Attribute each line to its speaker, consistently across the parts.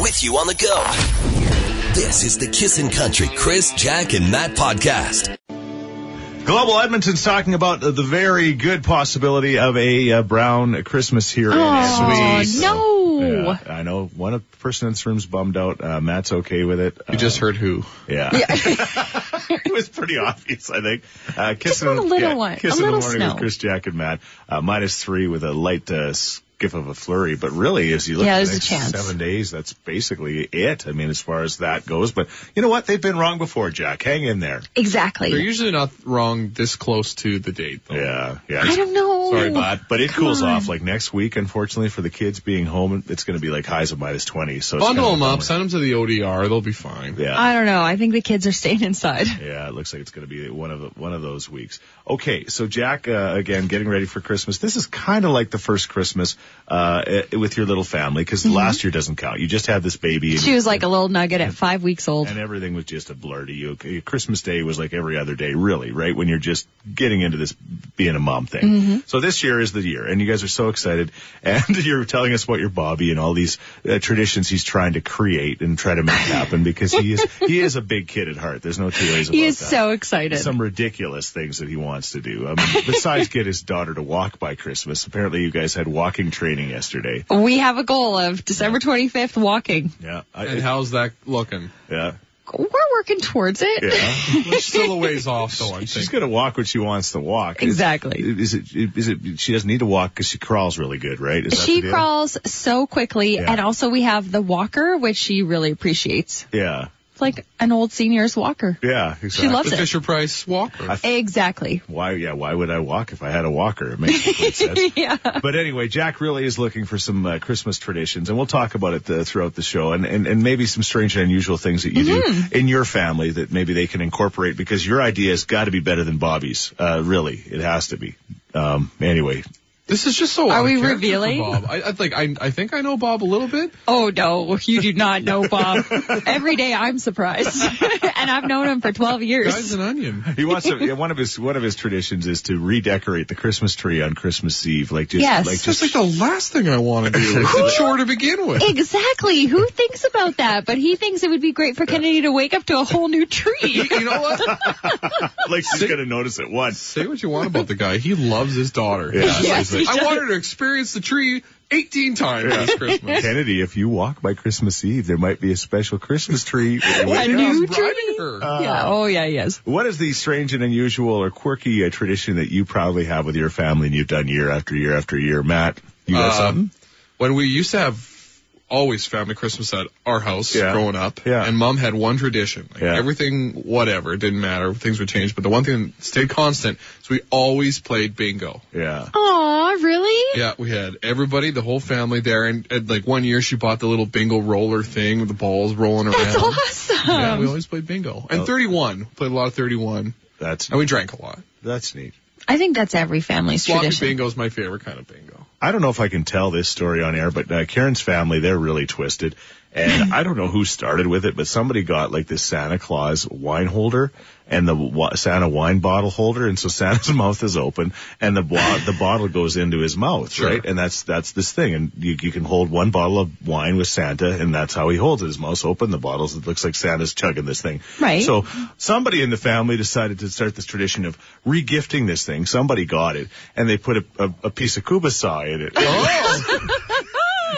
Speaker 1: with you on the go. This is the Kissin' Country Chris, Jack, and Matt podcast.
Speaker 2: Global Edmonton's talking about the very good possibility of a uh, brown Christmas here
Speaker 3: Oh,
Speaker 2: in Swedes.
Speaker 3: no.
Speaker 2: Yeah, I know one person in this room's bummed out. Uh, Matt's okay with it. Uh,
Speaker 4: You just heard who?
Speaker 2: yeah. it was pretty obvious, I think. Uh, kissing,
Speaker 3: want a little
Speaker 2: yeah,
Speaker 3: one, a
Speaker 2: Kissing
Speaker 3: little
Speaker 2: the morning
Speaker 3: snow.
Speaker 2: with Chris, Jack, and Matt. Uh, minus three with a light uh, skiff of a flurry. But really, as you look
Speaker 3: Yeah,
Speaker 2: at the
Speaker 3: there's
Speaker 2: next
Speaker 3: a chance.
Speaker 2: seven days, that's basically it. I mean, as far as that goes. But you know what? They've been wrong before, Jack. Hang in there.
Speaker 4: They're
Speaker 3: Exactly.
Speaker 4: usually not wrong this close to the date, though.
Speaker 2: Yeah. Yeah.
Speaker 3: I don't know.
Speaker 4: Sorry, bud.
Speaker 2: But it cools
Speaker 3: on.
Speaker 2: off like next week. Unfortunately, for the kids being home, it's going to be like highs of minus twenty. So it's
Speaker 4: Bundle
Speaker 2: kind of
Speaker 4: them
Speaker 2: a
Speaker 4: up,
Speaker 2: bummer.
Speaker 4: send them to the ODR. They'll be fine.
Speaker 2: Yeah,
Speaker 3: I don't know. I think the kids are staying inside.
Speaker 2: yeah. It looks like it's going to be one of the, one of those weeks. Okay, so Jack, uh, again, getting ready for Christmas. This is kind of like the first Christmas uh, eh, with your little family because
Speaker 3: Mm-hmm.
Speaker 2: last year doesn't count. You just had this baby.
Speaker 3: She
Speaker 2: And,
Speaker 3: was like a little nugget at five weeks old.
Speaker 2: and everything was just a blur to you. Okay, Christmas Day was like every other day, really, right? When you're just getting into this being a mom thing.
Speaker 3: Mm-hmm.
Speaker 2: So this year is the year, and you guys are so excited, and you're telling us what your Bobby and all these uh, traditions he's trying to create and try to make happen because he is he is a big kid at heart. There's no two ways about
Speaker 3: He is
Speaker 2: that.
Speaker 3: so excited.
Speaker 2: Some ridiculous things that he wants to do. I mean, besides get his daughter to walk by Christmas. Apparently, you guys had walking training yesterday.
Speaker 3: We have a goal of December 25th walking.
Speaker 2: Yeah,
Speaker 4: And
Speaker 2: I,
Speaker 4: how's that looking?
Speaker 2: yeah,
Speaker 3: We're working towards it.
Speaker 2: yeah.
Speaker 4: We're still a ways off, though, I'm
Speaker 2: She's
Speaker 4: thinking.
Speaker 2: going to walk what she wants to walk. Is-
Speaker 3: Exactly.
Speaker 2: Is, it? Is it? She doesn't need to walk because she crawls really good, right? Is that
Speaker 3: She
Speaker 2: the deal?
Speaker 3: crawls so quickly,
Speaker 2: Yeah.
Speaker 3: and also we have the walker, which she really appreciates.
Speaker 2: Yeah,
Speaker 3: It's like an old senior's walker.
Speaker 2: yeah. Exactly.
Speaker 3: She loves
Speaker 4: The
Speaker 3: it.
Speaker 4: Fisher Price Walker.
Speaker 2: I-
Speaker 3: Exactly.
Speaker 2: Why? Yeah. Why would I walk if I had a walker? It makes complete sense.
Speaker 3: Yeah.
Speaker 2: But anyway, Jack really is looking for some uh, Christmas traditions, and we'll talk about it uh, throughout the show, and, and and maybe some strange and unusual things that you
Speaker 3: Mm-hmm.
Speaker 2: do in your family that maybe they can incorporate because your idea has got to be better than Bobby's. Uh, really, it has to be. Um, anyway,
Speaker 4: This is just so.
Speaker 3: Are
Speaker 4: out of
Speaker 3: we
Speaker 4: character for
Speaker 3: revealing?
Speaker 4: Bob? I, I think I, I think I know Bob a little bit.
Speaker 3: Oh no, you do not know Bob. Every day I'm surprised, and I've known him for 12
Speaker 4: Guy's
Speaker 3: years.
Speaker 4: an onion.
Speaker 2: He wants to. yeah, One of his one of his traditions is to redecorate the Christmas tree on Christmas Eve, like just
Speaker 3: Yes.
Speaker 2: like
Speaker 4: Just
Speaker 2: just
Speaker 4: like the last thing I want to do. It's a chore to begin with.
Speaker 3: Exactly. Who thinks about that? But he thinks it would be great for Kennedy to wake up to a whole new tree.
Speaker 4: You know what?
Speaker 2: like she's gonna notice it once.
Speaker 4: Say what you want about the guy. He loves his daughter.
Speaker 3: Yes, he
Speaker 4: I
Speaker 3: does.
Speaker 4: want her to experience the tree 18 times this Christmas.
Speaker 2: Kennedy, if you walk by Christmas Eve, there might be a special Christmas tree. when you
Speaker 3: A
Speaker 2: wake up.
Speaker 3: new
Speaker 4: I'm bribing
Speaker 3: tree.
Speaker 4: her.
Speaker 3: yeah. Oh yeah. Yes.
Speaker 2: What is the strange and unusual or quirky uh, tradition that you probably have with your family and you've done year after year after year? Matt, you got
Speaker 4: Uh,
Speaker 2: something?
Speaker 4: when we used to have always family Christmas at our house
Speaker 2: Yeah.
Speaker 4: growing up,
Speaker 2: Yeah.
Speaker 4: and mom had one tradition. Like
Speaker 2: Yeah.
Speaker 4: Everything, whatever, it didn't matter. Things would change, but the one thing that stayed constant is we always played bingo.
Speaker 2: Yeah.
Speaker 3: Aw, really?
Speaker 4: Yeah, we had everybody, the whole family there, and, and like one year she bought the little bingo roller thing with the balls rolling
Speaker 3: That's
Speaker 4: around.
Speaker 3: awesome.
Speaker 4: Yeah, we always played bingo.
Speaker 2: Oh.
Speaker 4: And 31, played a lot of 31,
Speaker 2: That's
Speaker 4: and we drank a lot.
Speaker 2: that's neat.
Speaker 3: I think that's every family's
Speaker 4: Sloppy
Speaker 3: tradition.
Speaker 4: bingo is my favorite kind of bingo.
Speaker 2: I don't know if I can tell this story on air, but uh, Karen's family, they're really twisted. And I don't know who started with it, but somebody got like this Santa Claus wine holder and the wa- Santa wine bottle holder. And so Santa's mouth is open and the, bo- the bottle goes into his mouth,
Speaker 4: Sure.
Speaker 2: right? And that's, that's this thing. And you, you can hold one bottle of wine with Santa and that's how he holds it. His mouth's open, the bottles, it looks like Santa's chugging this thing.
Speaker 3: Right.
Speaker 2: So somebody in the family decided to start this tradition of regifting this thing. Somebody got it, and they put a, a, a piece of kuba saw in it.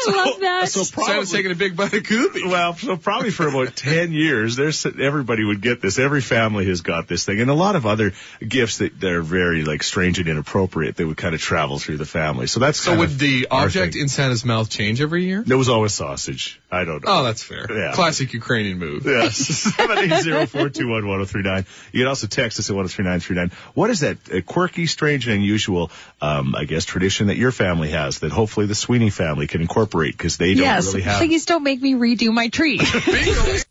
Speaker 4: Oh,
Speaker 3: I love that.
Speaker 2: So
Speaker 4: Santa's
Speaker 2: probably,
Speaker 4: taking a big bite of goopy.
Speaker 2: well, so probably for about ten years, there's everybody would get this. Every family has got this thing, and a lot of other gifts that, that are very like strange and inappropriate that would kind of travel through the family. So that's
Speaker 4: So
Speaker 2: kind
Speaker 4: would
Speaker 2: of
Speaker 4: the
Speaker 2: our
Speaker 4: object
Speaker 2: thing.
Speaker 4: in Santa's mouth change every year?
Speaker 2: There was always sausage. I don't know.
Speaker 4: Oh, that's fair.
Speaker 2: Yeah.
Speaker 4: Classic Ukrainian move.
Speaker 2: Yes. Seven eight zero four two one one zero three nine. You can also text us at one zero three nine three nine. What is that uh, quirky, strange, and unusual, um, I guess, tradition that your family has that hopefully the Sweeney family can incorporate because they don't
Speaker 3: yes.
Speaker 2: really have.
Speaker 3: Please don't make me redo my tree.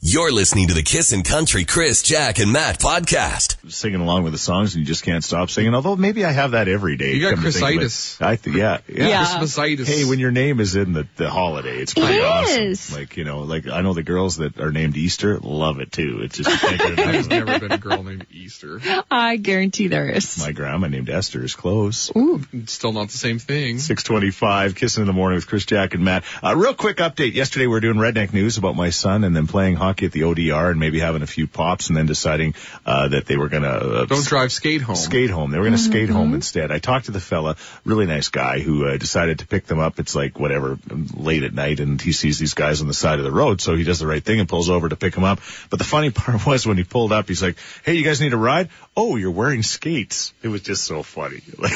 Speaker 1: You're listening to the Kissin' Country Chris, Jack, and Matt podcast.
Speaker 2: singing along with the songs and you just can't stop singing. Although maybe I have that every day.
Speaker 4: You got
Speaker 2: come to think of it.
Speaker 4: Chrisitis.
Speaker 2: I think yeah, yeah.
Speaker 3: Yeah.
Speaker 4: Christmasitis.
Speaker 2: Hey, when your name is in the, the holiday, it's pretty
Speaker 3: It
Speaker 2: awesome.
Speaker 3: is.
Speaker 2: Like, you know, like I know the girls that are named Easter love it too. It's just
Speaker 4: There's never been a girl named Easter.
Speaker 3: I guarantee there is.
Speaker 2: my grandma named Esther is close.
Speaker 4: It's still not the same thing.
Speaker 2: Six twenty-five, kissing in the morning with Chris Jack and Matt. Uh, real quick update. Yesterday we were doing redneck news about my son and then playing hockey at the ODR and maybe having a few pops and then deciding uh, that they were gonna uh,
Speaker 4: Don't drive, skate home.
Speaker 2: skate home. They were going to skate home instead. I talked to the fella, really nice guy, who uh, decided to pick them up. It's like whatever, late at night, and he sees these guys on the side of the road, so he does the right thing and pulls over to pick them up. But the funny part was when he pulled up, he's like, "Hey, you guys need a ride? Oh, you're wearing skates." It was just so funny. Like.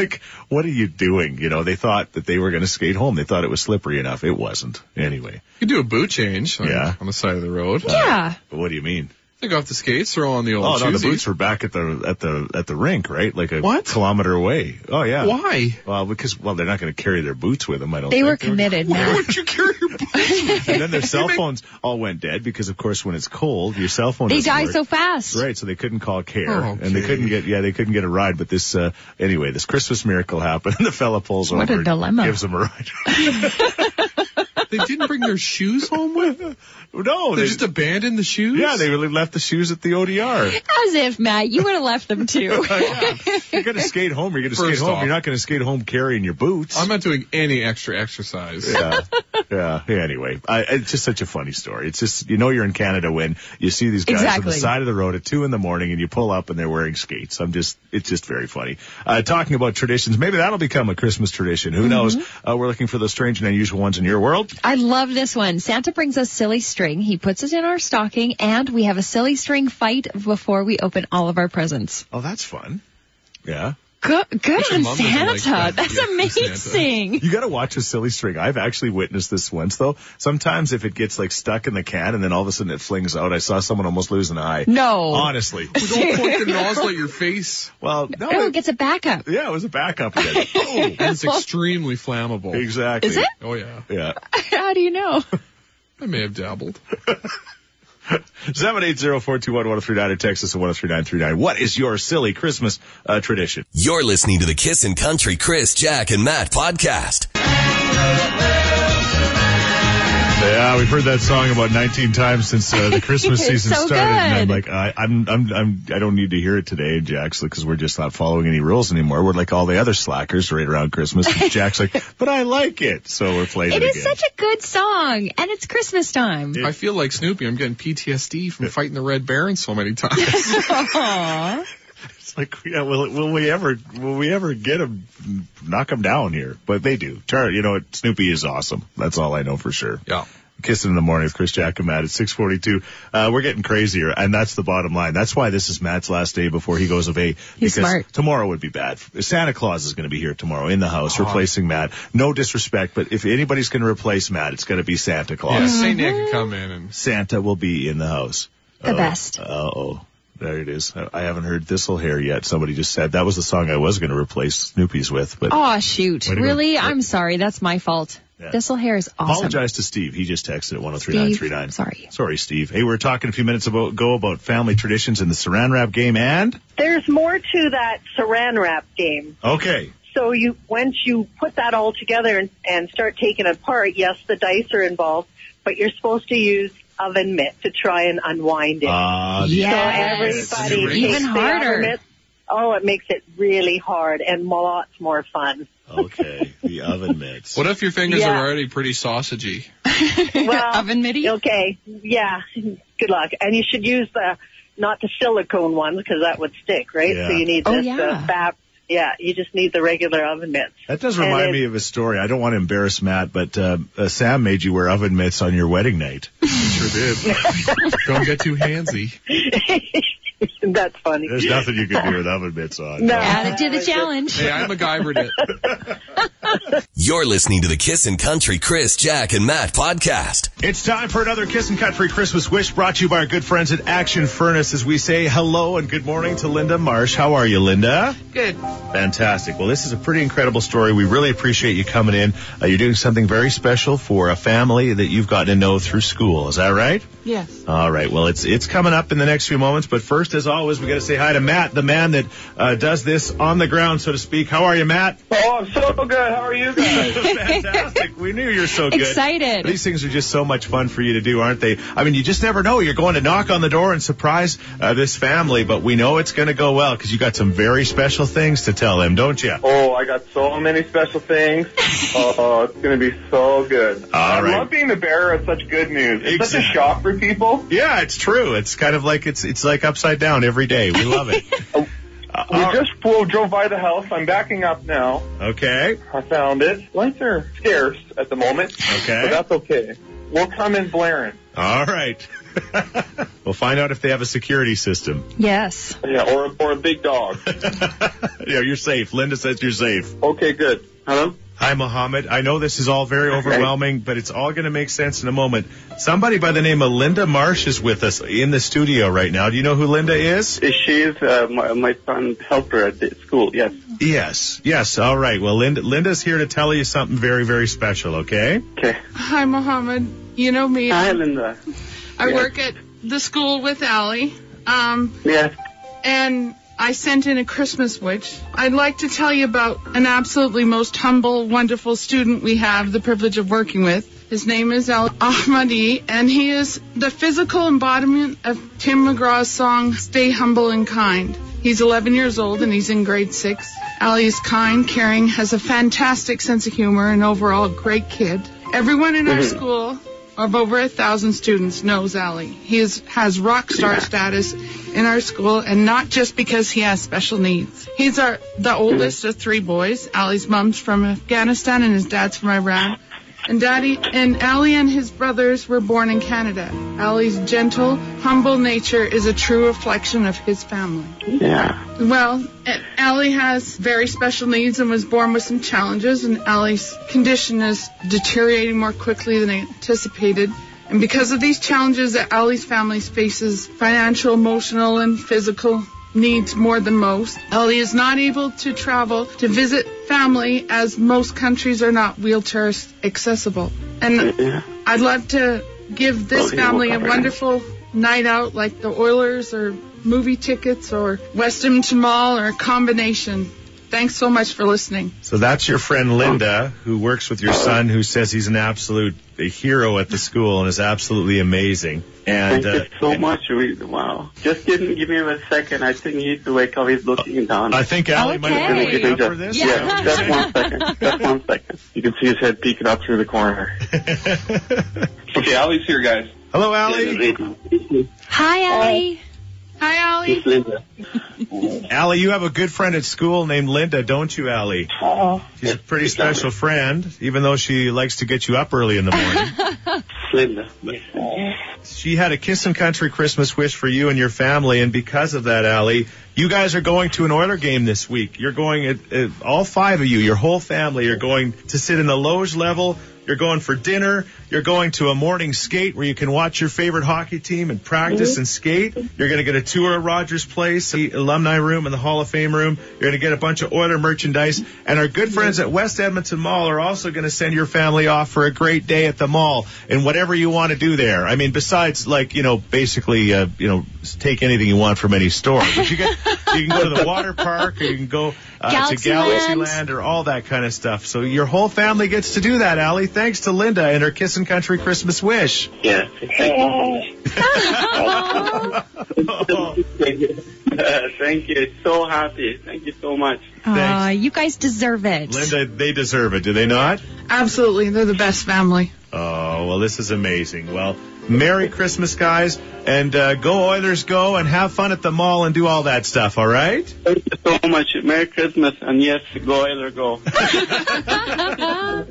Speaker 2: Like, what are you doing? You know, they thought that they were going to skate home. They thought it was slippery enough. It wasn't. Anyway,
Speaker 4: You could do a boot change like,
Speaker 2: Yeah.
Speaker 4: on the side of the road.
Speaker 3: Yeah.
Speaker 2: what do you mean?
Speaker 4: Take off the skates, throw on the old
Speaker 2: Oh, no, the
Speaker 4: shoesies.
Speaker 2: boots were back at the at the at the rink, right? Like a
Speaker 4: What?
Speaker 2: kilometer away. Oh yeah.
Speaker 4: Why?
Speaker 2: Well, because well, they're not going to carry their boots with them. I don't.
Speaker 3: They
Speaker 2: think.
Speaker 3: were committed,
Speaker 4: Why
Speaker 3: Matt.
Speaker 4: would you carry your boots?
Speaker 2: and then their cell phones all went dead because, of course, when it's cold, your cell phone.
Speaker 3: They
Speaker 2: doesn't
Speaker 3: die
Speaker 2: work.
Speaker 3: so fast.
Speaker 2: Right, so they couldn't call care,
Speaker 4: Oh,
Speaker 2: and they
Speaker 4: okay.
Speaker 2: couldn't get yeah, they couldn't get a ride. But this uh, anyway, this Christmas miracle happened, and the fella pulls
Speaker 3: What a
Speaker 2: over, and
Speaker 3: dilemma.
Speaker 2: gives them a ride.
Speaker 4: they didn't bring their shoes home with them?
Speaker 2: no,
Speaker 4: They just abandoned the shoes?
Speaker 2: yeah, they really left the shoes at the ODR.
Speaker 3: As if, Matt, you would have left them too.
Speaker 2: You're gonna skate home. You're gonna skate
Speaker 4: First
Speaker 2: home.
Speaker 4: off-
Speaker 2: You're not gonna skate home carrying your boots.
Speaker 4: I'm not doing any extra exercise.
Speaker 2: yeah, yeah. yeah, Anyway, I, it's just such a funny story. It's just you know you're in Canada when you see these guys on the
Speaker 3: Exactly.
Speaker 2: side of the road at two in the morning, and you pull up and they're wearing skates. I'm just, it's just very funny. Uh, talking about traditions, maybe that'll become a Christmas tradition.
Speaker 3: Mm-hmm.
Speaker 2: Who knows? Uh, we're looking for those strange and unusual ones in your world.
Speaker 3: I love this one. Santa brings us silly string. He puts it in our stocking, and we have a silly string fight before we open all of our presents.
Speaker 2: Oh, that's fun. Yeah.
Speaker 3: Good, good
Speaker 4: your
Speaker 3: on
Speaker 4: mom doesn't
Speaker 3: Santa.
Speaker 4: like that
Speaker 3: That's
Speaker 4: gift from
Speaker 3: amazing.
Speaker 2: You got to watch a silly string. I've actually witnessed this once though. Sometimes if it gets like stuck in the can and then all of a sudden it flings out, I saw someone almost lose an eye.
Speaker 3: No.
Speaker 2: Honestly.
Speaker 4: Don't point the nozzle at your face.
Speaker 2: Well, no.
Speaker 3: Oh,
Speaker 2: it-
Speaker 3: it gets a backup.
Speaker 2: yeah, it was a backup. Again. Oh,
Speaker 4: And it's extremely flammable.
Speaker 2: exactly.
Speaker 3: Is it?
Speaker 4: Oh, yeah.
Speaker 2: Yeah.
Speaker 3: How do you know?
Speaker 4: I may have dabbled.
Speaker 2: 780-421-1039 or Texas oh at 103939. What is your silly Christmas uh, tradition?
Speaker 1: You're listening to the Kissin' Country Chris, Jack, and Matt podcast.
Speaker 2: Yeah, we've heard that song about 19 times since uh, the Christmas
Speaker 3: It's
Speaker 2: season
Speaker 3: so
Speaker 2: started. And I'm
Speaker 3: good.
Speaker 2: like, I, I'm, I'm, I'm, I don't need to hear it today, Jack's, because we're just not following any rules anymore. We're like all the other slackers right around Christmas. And Jack's like, but I like it. So we're playing it,
Speaker 3: It is
Speaker 2: again.
Speaker 3: such a good song, and it's Christmas time.
Speaker 4: I feel like Snoopy. I'm getting PTSD from fighting the Red Baron so many times.
Speaker 3: Aw.
Speaker 2: It's like, yeah, will, will we ever, will we ever get him, knock him down here? But they do. Char- You know what? Snoopy is awesome. That's all I know for sure.
Speaker 4: yeah.
Speaker 2: Kissing in the morning with Chris Jack and Matt at 642. Uh, we're getting crazier, and that's the bottom line. That's why this is Matt's last day before he goes away.
Speaker 3: He's
Speaker 2: because
Speaker 3: smart.
Speaker 2: tomorrow would be bad. Santa Claus is going to be here tomorrow in the house replacing Matt. No disrespect, but if anybody's going to replace Matt, it's going to be Santa Claus.
Speaker 4: Yeah, St. Nick could come in and
Speaker 2: Santa will be in the house.
Speaker 3: The best.
Speaker 2: Uh oh. There it is. I- I haven't heard Thistle Hair yet. Somebody just said that was the song I was going to replace Snoopy's with, but
Speaker 3: Aw, shoot.
Speaker 2: Way to go.
Speaker 3: Really? I'm sorry. That's my fault.
Speaker 2: Yeah.
Speaker 3: Thistle hair is awesome.
Speaker 2: Apologize to Steve. He just texted at
Speaker 3: Steve,
Speaker 2: 103939.
Speaker 3: I'm sorry.
Speaker 2: Sorry, Steve. Hey, we were talking a few minutes ago ago about family traditions in the saran wrap game and?
Speaker 5: there's more to that saran wrap game.
Speaker 2: Okay.
Speaker 5: So you, once you put that all together and, and start taking it apart, yes, the dice are involved, but you're supposed to use oven mitt to try and unwind it.
Speaker 2: Uh, the-
Speaker 5: so
Speaker 3: Yes.
Speaker 5: everybody
Speaker 4: Yes.
Speaker 5: takes
Speaker 3: Even
Speaker 5: the
Speaker 3: harder.
Speaker 5: oven mitt. Oh, it makes it really hard and lots more fun.
Speaker 2: okay. The oven mitts.
Speaker 4: What if your fingers
Speaker 5: Yeah.
Speaker 4: are already pretty sausagey?
Speaker 5: Well,
Speaker 3: Oven mitty?
Speaker 5: Okay, yeah, good luck. And you should use the not the silicone one because that would stick, right?
Speaker 2: Yeah.
Speaker 5: So you need
Speaker 3: Oh,
Speaker 5: this
Speaker 3: yeah.
Speaker 5: the fab. Yeah, you just need the regular oven mitts.
Speaker 2: That does
Speaker 5: And
Speaker 2: remind
Speaker 5: it-
Speaker 2: me of a story. I don't want to embarrass Matt, but uh, uh, Sam made you wear oven mitts on your wedding night.
Speaker 4: Sure did. Don't get too handsy.
Speaker 5: That's funny.
Speaker 2: There's nothing you can do with oven mitts on.
Speaker 5: No.
Speaker 3: Add it to the
Speaker 5: Yeah.
Speaker 3: challenge.
Speaker 4: Hey, I MacGyvered it.
Speaker 1: You're listening to the Kissin' Country Chris, Jack, and Matt podcast.
Speaker 2: It's time for another Kiss and Country Christmas wish brought to you by our good friends at Action Furnace as we say hello and good morning to Linda Marsh. How are you, Linda?
Speaker 6: Good.
Speaker 2: Fantastic. Well, this is a pretty incredible story. We really appreciate you coming in. Uh, you're doing something very special for a family that you've gotten to know through school. Is that right?
Speaker 6: Yes.
Speaker 2: All right. Well, it's it's coming up in the next few moments, but first, as always, we got to say hi to Matt, the man that uh, does this on the ground, so to speak. How are you, Matt?
Speaker 6: Oh, I'm so good. How are you guys?
Speaker 2: Fantastic. We knew you were so good.
Speaker 3: Excited.
Speaker 2: These things are just so much fun for you to do, aren't they? I mean, you just never know. You're going to knock on the door and surprise uh, this family, but we know it's going to go well because you got some very special things to tell them, don't you?
Speaker 6: oh, I got so many special things. Oh, it's going to be so good. I
Speaker 2: right.
Speaker 6: love being the bearer of such good news. It's such
Speaker 2: Exactly.
Speaker 6: a shock for people.
Speaker 2: Yeah, it's true. It's kind of like it's it's like upside down every day. We love it. Uh,
Speaker 6: We just drove, drove by the house. I'm backing up now.
Speaker 2: Okay.
Speaker 6: I found it. Lights are scarce at the moment, but
Speaker 2: Okay.
Speaker 6: that's okay. We'll come in blaring.
Speaker 2: All right. we'll find out if they have a security system.
Speaker 3: Yes.
Speaker 6: Yeah, or, or a big dog.
Speaker 2: yeah, you're safe. Linda says you're safe.
Speaker 6: Okay, good. Hello?
Speaker 2: Hi, Mohammed. I know this is all very overwhelming, but it's all going to make sense in a moment. Somebody by the name of Linda Marsh is with us in the studio right now. Do you know who Linda is?
Speaker 6: She's uh, my, my son helper at the school, yes.
Speaker 2: Yes. Yes. All right. Well, Linda, Linda's here to tell you something very, very special, okay?
Speaker 6: Okay.
Speaker 7: Hi, Mohammed. You know me.
Speaker 6: Hi,
Speaker 7: I
Speaker 6: Linda.
Speaker 7: work at the school with Allie. Um,
Speaker 6: Yes.
Speaker 7: and I sent in a Christmas wish. I'd like to tell you about an absolutely most humble, wonderful student we have the privilege of working with. His name is Al Ahmadi, and he is the physical embodiment of Tim McGraw's song, Stay Humble and Kind. He's 11 years old and he's in grade six. Ali is kind, caring, has a fantastic sense of humor, and overall a great kid. Everyone in our school of over a thousand students knows Ali. He is, has rock star status in our school, and not just because he has special needs. He's our the oldest of three boys. Ali's mom's from Afghanistan and his dad's from Iran. And Daddy and Ali and his brothers were born in Canada. Ali's gentle, humble nature is a true reflection of his family.
Speaker 6: Yeah.
Speaker 7: Well, A- Allie has very special needs and was born with some challenges, and Allie's condition is deteriorating more quickly than anticipated. And because of these challenges that Allie's family faces financial, emotional, and physical needs more than most, Allie is not able to travel to visit family as most countries are not wheelchair accessible. And I'd love to give this
Speaker 6: Okay, we'll
Speaker 7: family a
Speaker 6: cover it.
Speaker 7: wonderful night out like the Oilers or movie tickets or Weston Mall or a combination. Thanks so much for listening.
Speaker 2: So that's your friend Linda, who works with your son, who says he's an absolute hero at the school and is absolutely amazing. And
Speaker 8: Thank
Speaker 2: uh,
Speaker 8: you so much. We, wow. Just give, me- give me a second. I think he needs to wake up. He's looking down.
Speaker 2: I think Allie might have been
Speaker 3: Okay.
Speaker 2: looking up
Speaker 8: Just-
Speaker 2: for this.
Speaker 8: Yeah,
Speaker 3: Yeah.
Speaker 8: just one second. Just one second.
Speaker 6: You can see his head peeking up through the corner. okay, Ali's here, guys.
Speaker 2: Hello, Allie.
Speaker 8: It's
Speaker 3: Hi, Allie.
Speaker 7: Hi, Ollie.
Speaker 8: Linda.
Speaker 2: Allie, you have a good friend at school named Linda, don't you, Allie?
Speaker 8: Oh.
Speaker 2: She's a pretty special friend, even though she likes to get you up early in the morning.
Speaker 8: Linda.
Speaker 2: she had a Kiss and Country Christmas wish for you and your family, and because of that, Allie, you guys are going to an Oiler game this week. You're going, at, at, all five of you, your whole family, are going to sit in the Loge level. You're going for dinner. You're going to a morning skate where you can watch your favorite hockey team and practice and skate. You're going to get a tour of Rogers Place, the alumni room, and the Hall of Fame room. You're going to get a bunch of Oiler merchandise. And our good friends at West Edmonton Mall are also going to send your family off for a great day at the mall and whatever you want to do there. I mean, besides, like, you know, basically, uh, you know, s- take anything you want from any store. But you, get, you can go to the water park or you can go uh, to
Speaker 3: Galaxyland.
Speaker 2: Galaxyland or all that kind of stuff. So your whole family gets to do that, Allie, thanks to Linda and her Kiss and Country Christmas wish.
Speaker 8: Yes. Thank
Speaker 3: Aw.
Speaker 2: Oh,
Speaker 8: you. Thank you. So happy. Thank you so much.
Speaker 3: Aw, you guys deserve it.
Speaker 2: Linda, they deserve it, do they not?
Speaker 7: Absolutely, they're the best family.
Speaker 2: Oh, well, this is amazing. Well, Merry Christmas, guys, and uh, go Oilers go and have fun at the mall and do all that stuff, all right?
Speaker 8: Thank you so much. Merry Christmas. And yes, go, Oiler, go.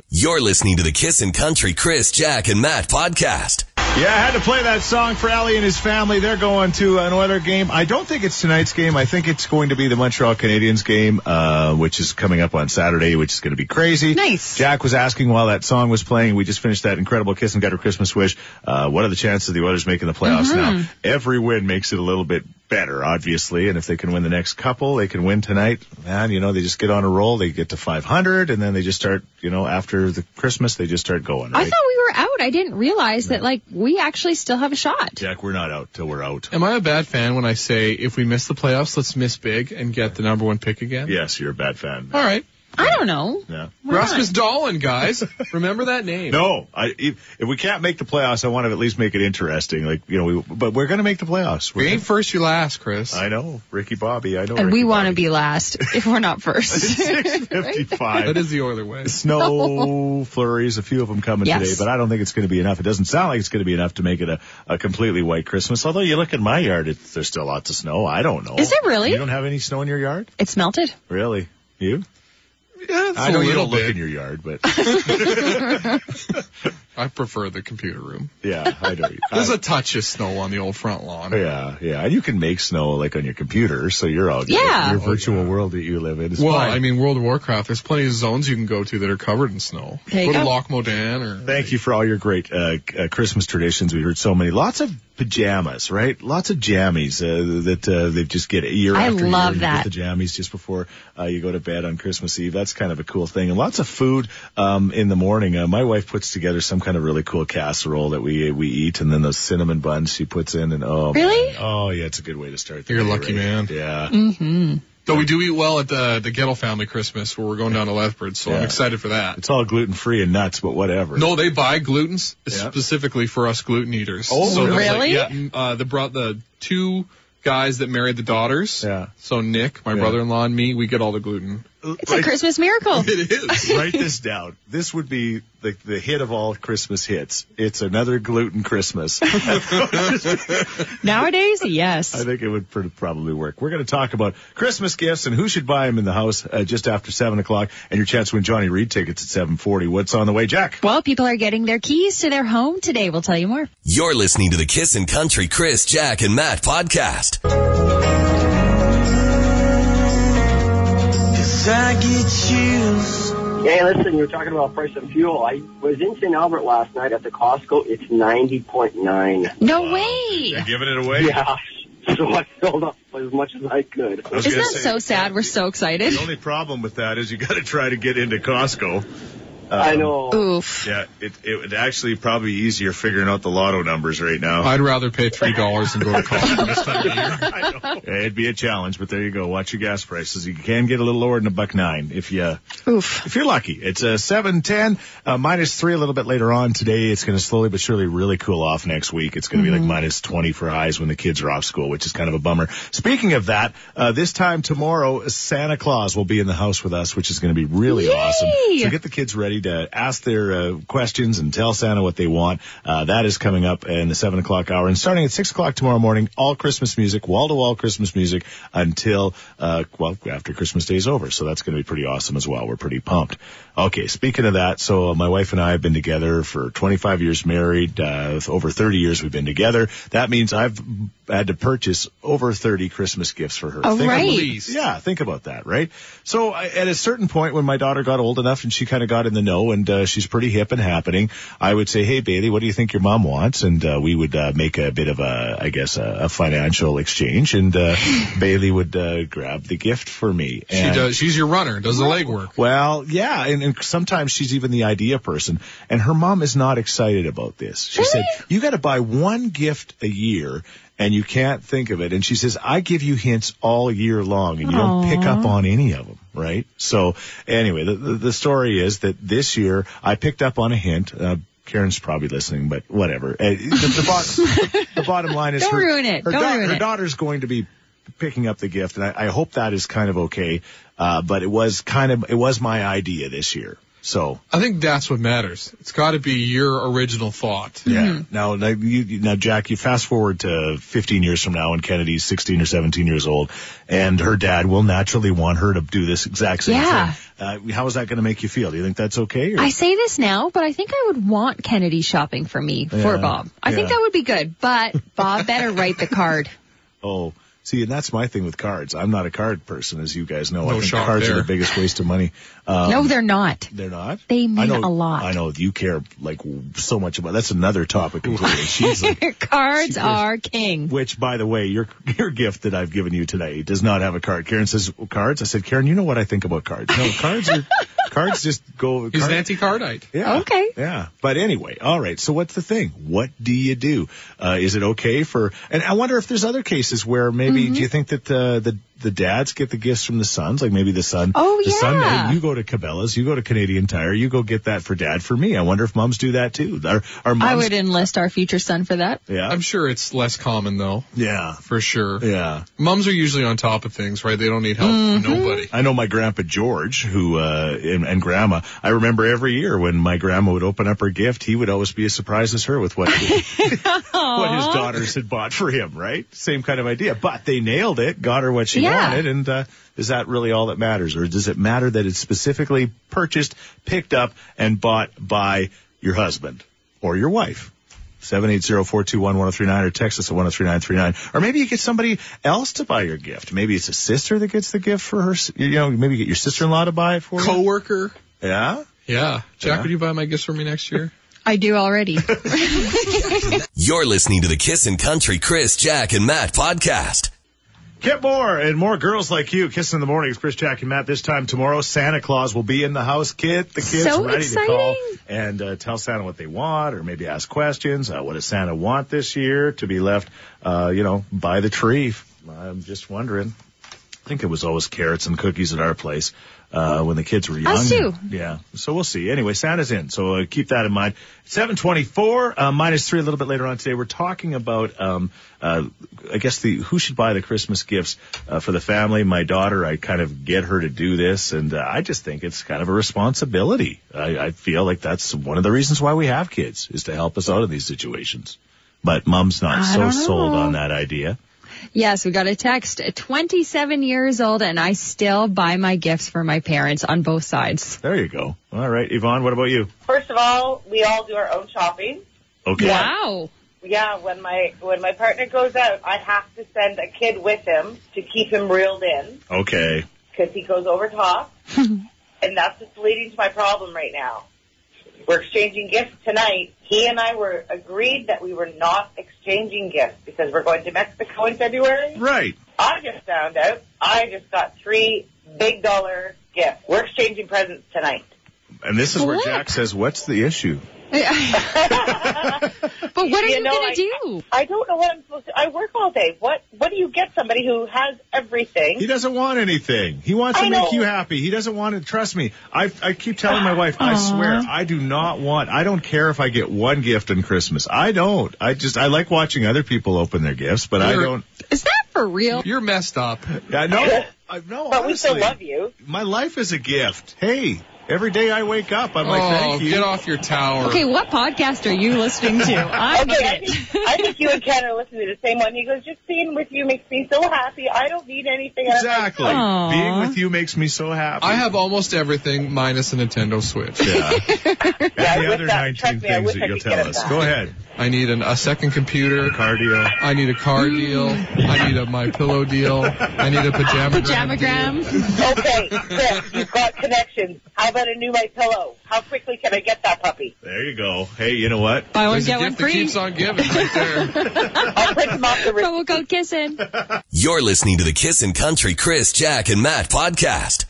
Speaker 1: You're listening to the Kissin' Country Chris, Jack, and Matt podcast.
Speaker 2: Yeah, I had to play that song for Ali and his family. They're going to an Oiler game. I don't think it's tonight's game. I think it's going to be the Montreal Canadiens game, uh, which is coming up on Saturday, which is going to be crazy.
Speaker 7: Nice.
Speaker 2: Jack was asking while that song was playing. We just finished that incredible Kiss
Speaker 3: Mm-hmm.
Speaker 2: and Gutter Christmas Wish. Uh, what are the chances of the Oilers making the playoffs now? Every win makes it a little bit better, obviously. And if they can win the next couple, they can win tonight. Man, you know, they just get on a roll. They get to 500 and then they just start, you know, after the Christmas, they just start going,
Speaker 3: I
Speaker 2: right?
Speaker 3: thought we were out. I didn't realize that like we actually still have a shot.
Speaker 2: Jack, we're not out till we're out.
Speaker 4: Am I a bad fan when I say if we miss the playoffs, let's miss big and get the number one pick again?
Speaker 2: Yes, you're a bad fan.
Speaker 4: All right.
Speaker 3: I don't know.
Speaker 2: Yeah.
Speaker 3: Why not?
Speaker 4: Rasmus Dahlin, guys. Remember that name.
Speaker 2: No, I, if, if we can't make the playoffs, I want to at least make it interesting. Like, you know, we, but we're going to make the playoffs.
Speaker 4: We
Speaker 2: We're
Speaker 4: ain't first, you last, Chris.
Speaker 2: I know. Ricky Bobby, I know.
Speaker 3: And
Speaker 2: Ricky
Speaker 3: we want to
Speaker 2: Bobby.
Speaker 3: be last if we're not first.
Speaker 2: 55.
Speaker 4: That is the Oiler way.
Speaker 2: snow flurries, a few of them coming
Speaker 3: Yes.
Speaker 2: today, but I don't think it's going to be enough. It doesn't sound like it's going to be enough to make it a, a completely white Christmas. Although you look at my yard, it's, there's still lots of snow. I don't know.
Speaker 3: Is there really?
Speaker 2: You don't have any snow in your yard?
Speaker 3: it's melted.
Speaker 2: Really? You?
Speaker 4: Yeah, it's
Speaker 2: I know
Speaker 4: a
Speaker 2: you
Speaker 4: little
Speaker 2: don't look
Speaker 4: bit.
Speaker 2: in your yard, but
Speaker 4: I prefer the computer room.
Speaker 2: yeah, I know. You.
Speaker 4: There's a touch of snow on the old front lawn.
Speaker 2: yeah, yeah. And you can make snow like on your computer, so you're all good.
Speaker 3: Yeah.
Speaker 2: Your virtual world that you live in is
Speaker 4: Well,
Speaker 2: fine.
Speaker 4: I mean, World of Warcraft, there's plenty of zones you can go to that are covered in snow.
Speaker 3: There you
Speaker 4: go to
Speaker 3: go.
Speaker 4: Loch Modan or.
Speaker 2: Thank you for all your great uh, uh, Christmas traditions. We heard so many. Lots of pajamas, right? Lots of jammies uh, that uh, they just get year
Speaker 3: I
Speaker 2: after
Speaker 3: love
Speaker 2: year.
Speaker 3: that.
Speaker 2: You get the jammies just before uh, you go to bed on Christmas Eve. That's kind of a cool thing. And lots of food um, in the morning. Uh, my wife puts together some kind of really cool casserole that we we eat, and then those cinnamon buns she puts in. And oh,
Speaker 3: Really?
Speaker 2: man. oh yeah, it's a good way to start. The
Speaker 4: You're a
Speaker 2: day,
Speaker 4: lucky
Speaker 2: right?
Speaker 4: man.
Speaker 2: Yeah.
Speaker 4: Though we do eat well at the, the Gettle family Christmas where we're going down to Lethbridge, so I'm
Speaker 2: Yeah.
Speaker 4: excited for that.
Speaker 2: It's all gluten free and nuts, but whatever.
Speaker 4: No, they buy glutens
Speaker 2: Yeah.
Speaker 4: specifically for us gluten eaters.
Speaker 2: Oh,
Speaker 4: so there's
Speaker 3: really?
Speaker 4: Like, yeah, uh, they brought the two guys that married the daughters.
Speaker 2: Yeah.
Speaker 4: So Nick, my
Speaker 2: Yeah.
Speaker 4: brother-in-law, and me, we get all the gluten.
Speaker 3: It's a Christmas miracle.
Speaker 4: It is.
Speaker 2: write this down. This would be the, the hit of all Christmas hits. It's another gluten Christmas.
Speaker 3: Nowadays, yes.
Speaker 2: I think it would pr- probably work. We're going to talk about Christmas gifts and who should buy them in the house uh, just after seven o'clock, and your chance to win Johnny Reed tickets at seven forty. What's on the way, Jack?
Speaker 3: Well, people are getting their keys to their home today. We'll tell you more.
Speaker 1: You're listening to the Kissin' Country Chris, Jack, and Matt podcast.
Speaker 9: Hey, listen, you were talking about price of fuel. I was in St. Albert last night at the Costco. It's 90.9.
Speaker 3: No way.
Speaker 2: giving it away.
Speaker 9: Yeah. So I filled up as much as I could.
Speaker 2: I was
Speaker 3: Isn't
Speaker 2: gonna
Speaker 3: that
Speaker 2: say,
Speaker 3: so sad? We're so excited.
Speaker 2: The only problem with that is you got to try to get into Costco.
Speaker 9: I know.
Speaker 3: Oof.
Speaker 2: Yeah, it it would actually probably be easier figuring out the lotto numbers right now.
Speaker 4: I'd rather pay three dollars and go to college this time of year.
Speaker 2: Uh, It'd be a challenge, but there you go. Watch your gas prices. You can get a little lower than a buck nine if you
Speaker 3: Oof.
Speaker 2: if you're lucky. It's a seven ten uh, minus three a little bit later on today. It's going to slowly but surely really cool off next week. It's going to be like minus twenty for highs when the kids are off school, which is kind of a bummer. Speaking of that, uh, this time tomorrow Santa Claus will be in the house with us, which is going to be really
Speaker 3: Yay!
Speaker 2: awesome. So get the kids ready to ask their uh, questions and tell Santa what they want. Uh, that is coming up in the seven o'clock hour and starting at six o'clock tomorrow morning. All Christmas music, wall to wall Christmas music until uh, well after Christmas Day is over. So that's going to be pretty awesome as well. We're pretty pumped. Okay, speaking of that, so my wife and I have been together for 25 years married. Uh, over 30 years we've been together. That means I've had to purchase over 30 Christmas gifts for her.
Speaker 3: Oh,
Speaker 2: Think of-
Speaker 3: right.
Speaker 4: Please.
Speaker 2: yeah, think about that, right? So I, at a certain point when my daughter got old enough and she kind of got in the know and uh, she's pretty hip and happening, I would say, hey, Bailey, what do you think your mom wants? And uh, we would uh, make a bit of a, I guess, a, a financial exchange and uh, Bailey would uh, grab the gift for me.
Speaker 4: She
Speaker 2: And-
Speaker 4: does. She's your runner. Does the legwork.
Speaker 2: well, yeah, and, and sometimes she's even the idea person. And her mom is not excited about this. She said, "You got to buy one gift a year, and you can't think of it." And she says, "I give you hints all year long, and you don't pick up on any of them." Right? So, anyway, the, the, the story is that this year I picked up on a hint. Uh, Karen's probably listening, but whatever. Uh, the, the, bottom, the bottom line is
Speaker 3: Don't
Speaker 2: her,
Speaker 3: ruin it.
Speaker 2: her
Speaker 3: Don't
Speaker 2: dau-
Speaker 3: ruin
Speaker 2: her
Speaker 3: it.
Speaker 2: daughter's going to be picking up the gift, and I, I hope that is kind of okay. Uh, but it was kind of it was my idea this year. So
Speaker 4: I think that's what matters. It's got to be your original thought.
Speaker 2: yeah.
Speaker 3: Mm-hmm.
Speaker 2: Now, now, you, you- now, Jack, you fast forward to 15 years from now, and Kennedy's 16 or 17 years old, and her dad will naturally want her to do this exact same
Speaker 3: Yeah.
Speaker 2: thing. Uh, how is that going to make you feel? Do you think that's okay? Or?
Speaker 3: I say this now, but I think I would want Kennedy shopping for me for
Speaker 2: Yeah.
Speaker 3: Bob. I think
Speaker 2: Yeah.
Speaker 3: that would be good, but Bob better write the card.
Speaker 2: oh, See, and that's my thing with cards. I'm not a card person, as you guys know.
Speaker 4: No
Speaker 2: I think
Speaker 4: shock
Speaker 2: cards are
Speaker 4: there.
Speaker 2: the biggest waste of money. Um,
Speaker 3: no, they're not.
Speaker 2: They're not.
Speaker 3: They mean
Speaker 2: I know,
Speaker 3: a lot.
Speaker 2: I know you care like so much about. That's another topic completely. She's like,
Speaker 3: Cards
Speaker 2: Secret.
Speaker 3: are king.
Speaker 2: which, by the way, your your gift that I've given you today does not have a card. Karen says cards. I said, Karen, you know what I think about cards? No, cards are cards. Just go.
Speaker 4: He's
Speaker 2: card-
Speaker 4: an anti-cardite.
Speaker 2: yeah.
Speaker 3: Okay.
Speaker 2: Yeah. But anyway, all right. So what's the thing? What do you do? Uh, is it okay for? And I wonder if there's other cases where maybe
Speaker 3: Mm-hmm.
Speaker 2: do you think that uh, the the dads get the gifts from the sons? Like maybe the son.
Speaker 3: Oh,
Speaker 2: the Son,
Speaker 3: yeah.
Speaker 2: hey, you go to Cabela's, you go to Canadian Tire, you go get that for dad for me. I wonder if moms do that too. Are are moms?
Speaker 3: I would enlist our future son for that.
Speaker 2: yeah.
Speaker 4: I'm sure it's less common though,
Speaker 2: yeah.
Speaker 4: for sure.
Speaker 2: Yeah.
Speaker 4: Mums are usually on top of things, right? They don't need help from nobody.
Speaker 2: I know my grandpa George, who uh, and, and grandma. I remember every year when my grandma would open up her gift, he would always be as surprised as her with what what his daughters had bought for him. Right, same kind of idea. But they nailed it, got her what she
Speaker 3: Yeah.
Speaker 2: wanted, and uh, is that really all that matters, or does it matter that it's specifically purchased, picked up, and bought by your husband or your wife? 780-421-1039 or text us at 103939. Or maybe you get somebody else to buy your gift. Maybe it's a sister that gets the gift for her. s- You know, maybe you get your sister-in-law to buy it for you.
Speaker 4: Coworker.
Speaker 2: Yeah.
Speaker 4: Yeah. Jack,
Speaker 2: Yeah.
Speaker 4: would you buy my gifts for me next year?
Speaker 3: I do already.
Speaker 1: You're listening to the Kissin' Country Chris, Jack, and Matt podcast.
Speaker 2: Get more and more girls like you kissing in the mornings. Chris, Jack, and Matt. This time tomorrow, Santa Claus will be in the house. Get the kids
Speaker 3: So
Speaker 2: ready to call
Speaker 3: exciting.
Speaker 2: and uh, tell Santa what they want, or maybe ask questions. Uh, what does Santa want this year to be left? Uh, you know, by the tree. I'm just wondering. I think it was always carrots and cookies at our place uh, when the kids were young.
Speaker 3: Us too.
Speaker 2: Yeah. So we'll see. Anyway, Santa's in. So uh, keep that in mind. 724, uh, minus three a little bit later on today. We're talking about, um, uh, I guess the, who should buy the Christmas gifts, uh, for the family. My daughter, I kind of get her to do this and uh, I just think it's kind of a responsibility. I, I feel like that's one of the reasons why we have kids is to help us out in these situations. But mom's not
Speaker 3: I
Speaker 2: so
Speaker 3: don't
Speaker 2: sold
Speaker 3: know.
Speaker 2: on that idea.
Speaker 3: yes, we got a text. 27 years old and I still buy my gifts for my parents on both sides.
Speaker 2: There you go. All right. Yvonne, what about you?
Speaker 10: First of all, we all do our own shopping.
Speaker 2: Okay.
Speaker 3: Wow.
Speaker 10: Yeah, when my when my partner goes out, I have to send a kid with him to keep him reeled in
Speaker 2: Okay.
Speaker 10: because he goes over top, and that's what's leading to my problem right now. We're exchanging gifts tonight. He and I were agreed that we were not exchanging gifts because we're going to Mexico in February.
Speaker 2: Right.
Speaker 10: I just found out I just got three big dollar gifts. We're exchanging presents tonight.
Speaker 2: And this is where
Speaker 3: What?
Speaker 2: Jack says, "What's the issue?"
Speaker 3: but what are
Speaker 10: You
Speaker 3: you,
Speaker 10: know,
Speaker 3: going
Speaker 10: I-
Speaker 3: to do?
Speaker 10: I don't know what I'm supposed to. I work all day. What What do you get somebody who has everything?
Speaker 2: He doesn't want anything. He wants to
Speaker 10: I
Speaker 2: make
Speaker 10: know.
Speaker 2: you happy. He doesn't want to. Trust me. I I keep telling my wife. I
Speaker 3: Aw.
Speaker 2: swear, I do not want. I don't care if I get one gift on Christmas. I don't. I just I like watching other people open their gifts, but I
Speaker 4: You're-
Speaker 2: don't.
Speaker 3: Is that for real?
Speaker 4: You're messed up.
Speaker 2: I know. I know.
Speaker 10: but we still
Speaker 2: honestly.
Speaker 10: love you.
Speaker 2: My life is a gift. Hey, every day I wake up, I'm like,
Speaker 4: oh,
Speaker 2: thank you.
Speaker 4: get off your tower.
Speaker 3: Okay, what podcast are you listening to? I
Speaker 10: Okay, I
Speaker 3: get it.
Speaker 10: think, I think you and Ken are listening to the same one. He goes, just being with you makes me so happy. I don't need anything. And I'm like,
Speaker 2: Exactly.
Speaker 3: Aw.
Speaker 2: Being with you makes me so happy.
Speaker 4: I have almost everything minus a Nintendo Switch.
Speaker 2: Yeah. and the
Speaker 10: wish
Speaker 2: other
Speaker 10: that-
Speaker 2: 19
Speaker 10: trust me, I
Speaker 2: things
Speaker 10: wish
Speaker 2: that
Speaker 10: I
Speaker 2: you'll
Speaker 10: could get
Speaker 2: tell
Speaker 10: it
Speaker 2: us.
Speaker 10: back.
Speaker 2: Go ahead.
Speaker 4: I need an, a second computer.
Speaker 2: Cardio.
Speaker 4: I need a car deal. I need a my pillow deal. I need a pajama.
Speaker 3: Pajamagram.
Speaker 10: okay, Chris, you've got connections. How about a new my pillow? How quickly can I get that puppy?
Speaker 2: There you go. Hey, you know what?
Speaker 3: Buy one,
Speaker 4: There's a
Speaker 3: get one
Speaker 4: gift that
Speaker 3: free.
Speaker 4: keeps on giving right there.
Speaker 10: I'll print him off the re-
Speaker 3: Promo code kissing.
Speaker 1: You're listening to the Kissin' Country Chris, Jack, and Matt podcast.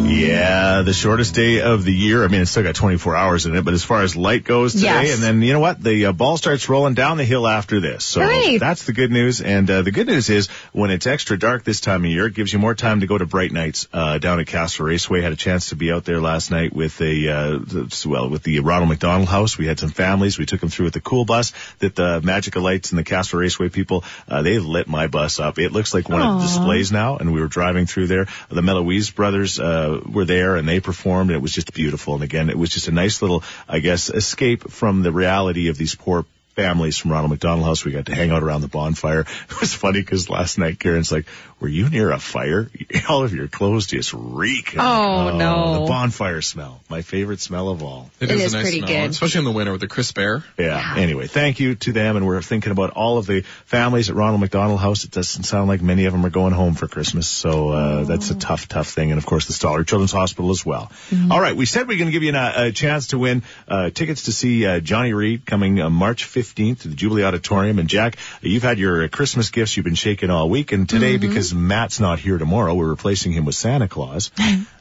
Speaker 2: Yeah, the shortest day of the year. I mean, it's still got 24 hours in it, but as far as light goes today,
Speaker 3: Yes.
Speaker 2: and then you know what? The uh, ball starts rolling down the hill after this. So
Speaker 3: Hooray.
Speaker 2: that's the good news. And uh, the good news is when it's extra dark this time of year, it gives you more time to go to bright nights uh, down at Castle Raceway. Had a chance to be out there last night with a uh, the- well with the Ronald McDonald House. We had some families. We took them through with the cool bus that the Magic of Lights and the Castle Raceway people uh, they lit my bus up. It looks like one of the
Speaker 3: Aw.
Speaker 2: displays days now, and we were driving through there. The Meloise brothers uh, were there, and they performed. And it was just beautiful. And again, it was just a nice little, I guess, escape from the reality of these poor families from Ronald McDonald House. We got to hang out around the bonfire. It was funny because last night Karen's like, "Were you near a fire? All of your clothes just reek." And I'm like,
Speaker 3: Oh, no.
Speaker 2: the bonfire smell, my favorite smell of all.
Speaker 3: It It is a is nice pretty smell, good.
Speaker 2: especially in the winter with the crisp air. Yeah. Anyway, thank you to them, and we're thinking about all of the families at Ronald McDonald House. It doesn't sound like many of them are going home for Christmas, so uh, that's a tough, tough thing. And of course, the Stoller Children's Hospital as well. All right, we said we are going to give you a, a chance to win uh, tickets to see uh, Johnny Reed coming uh, March 15th to the Jubilee Auditorium. And Jack, you've had your uh, Christmas gifts you've been shaking all week, and today because Matt's not here tomorrow, we're replacing him with Santa Claus.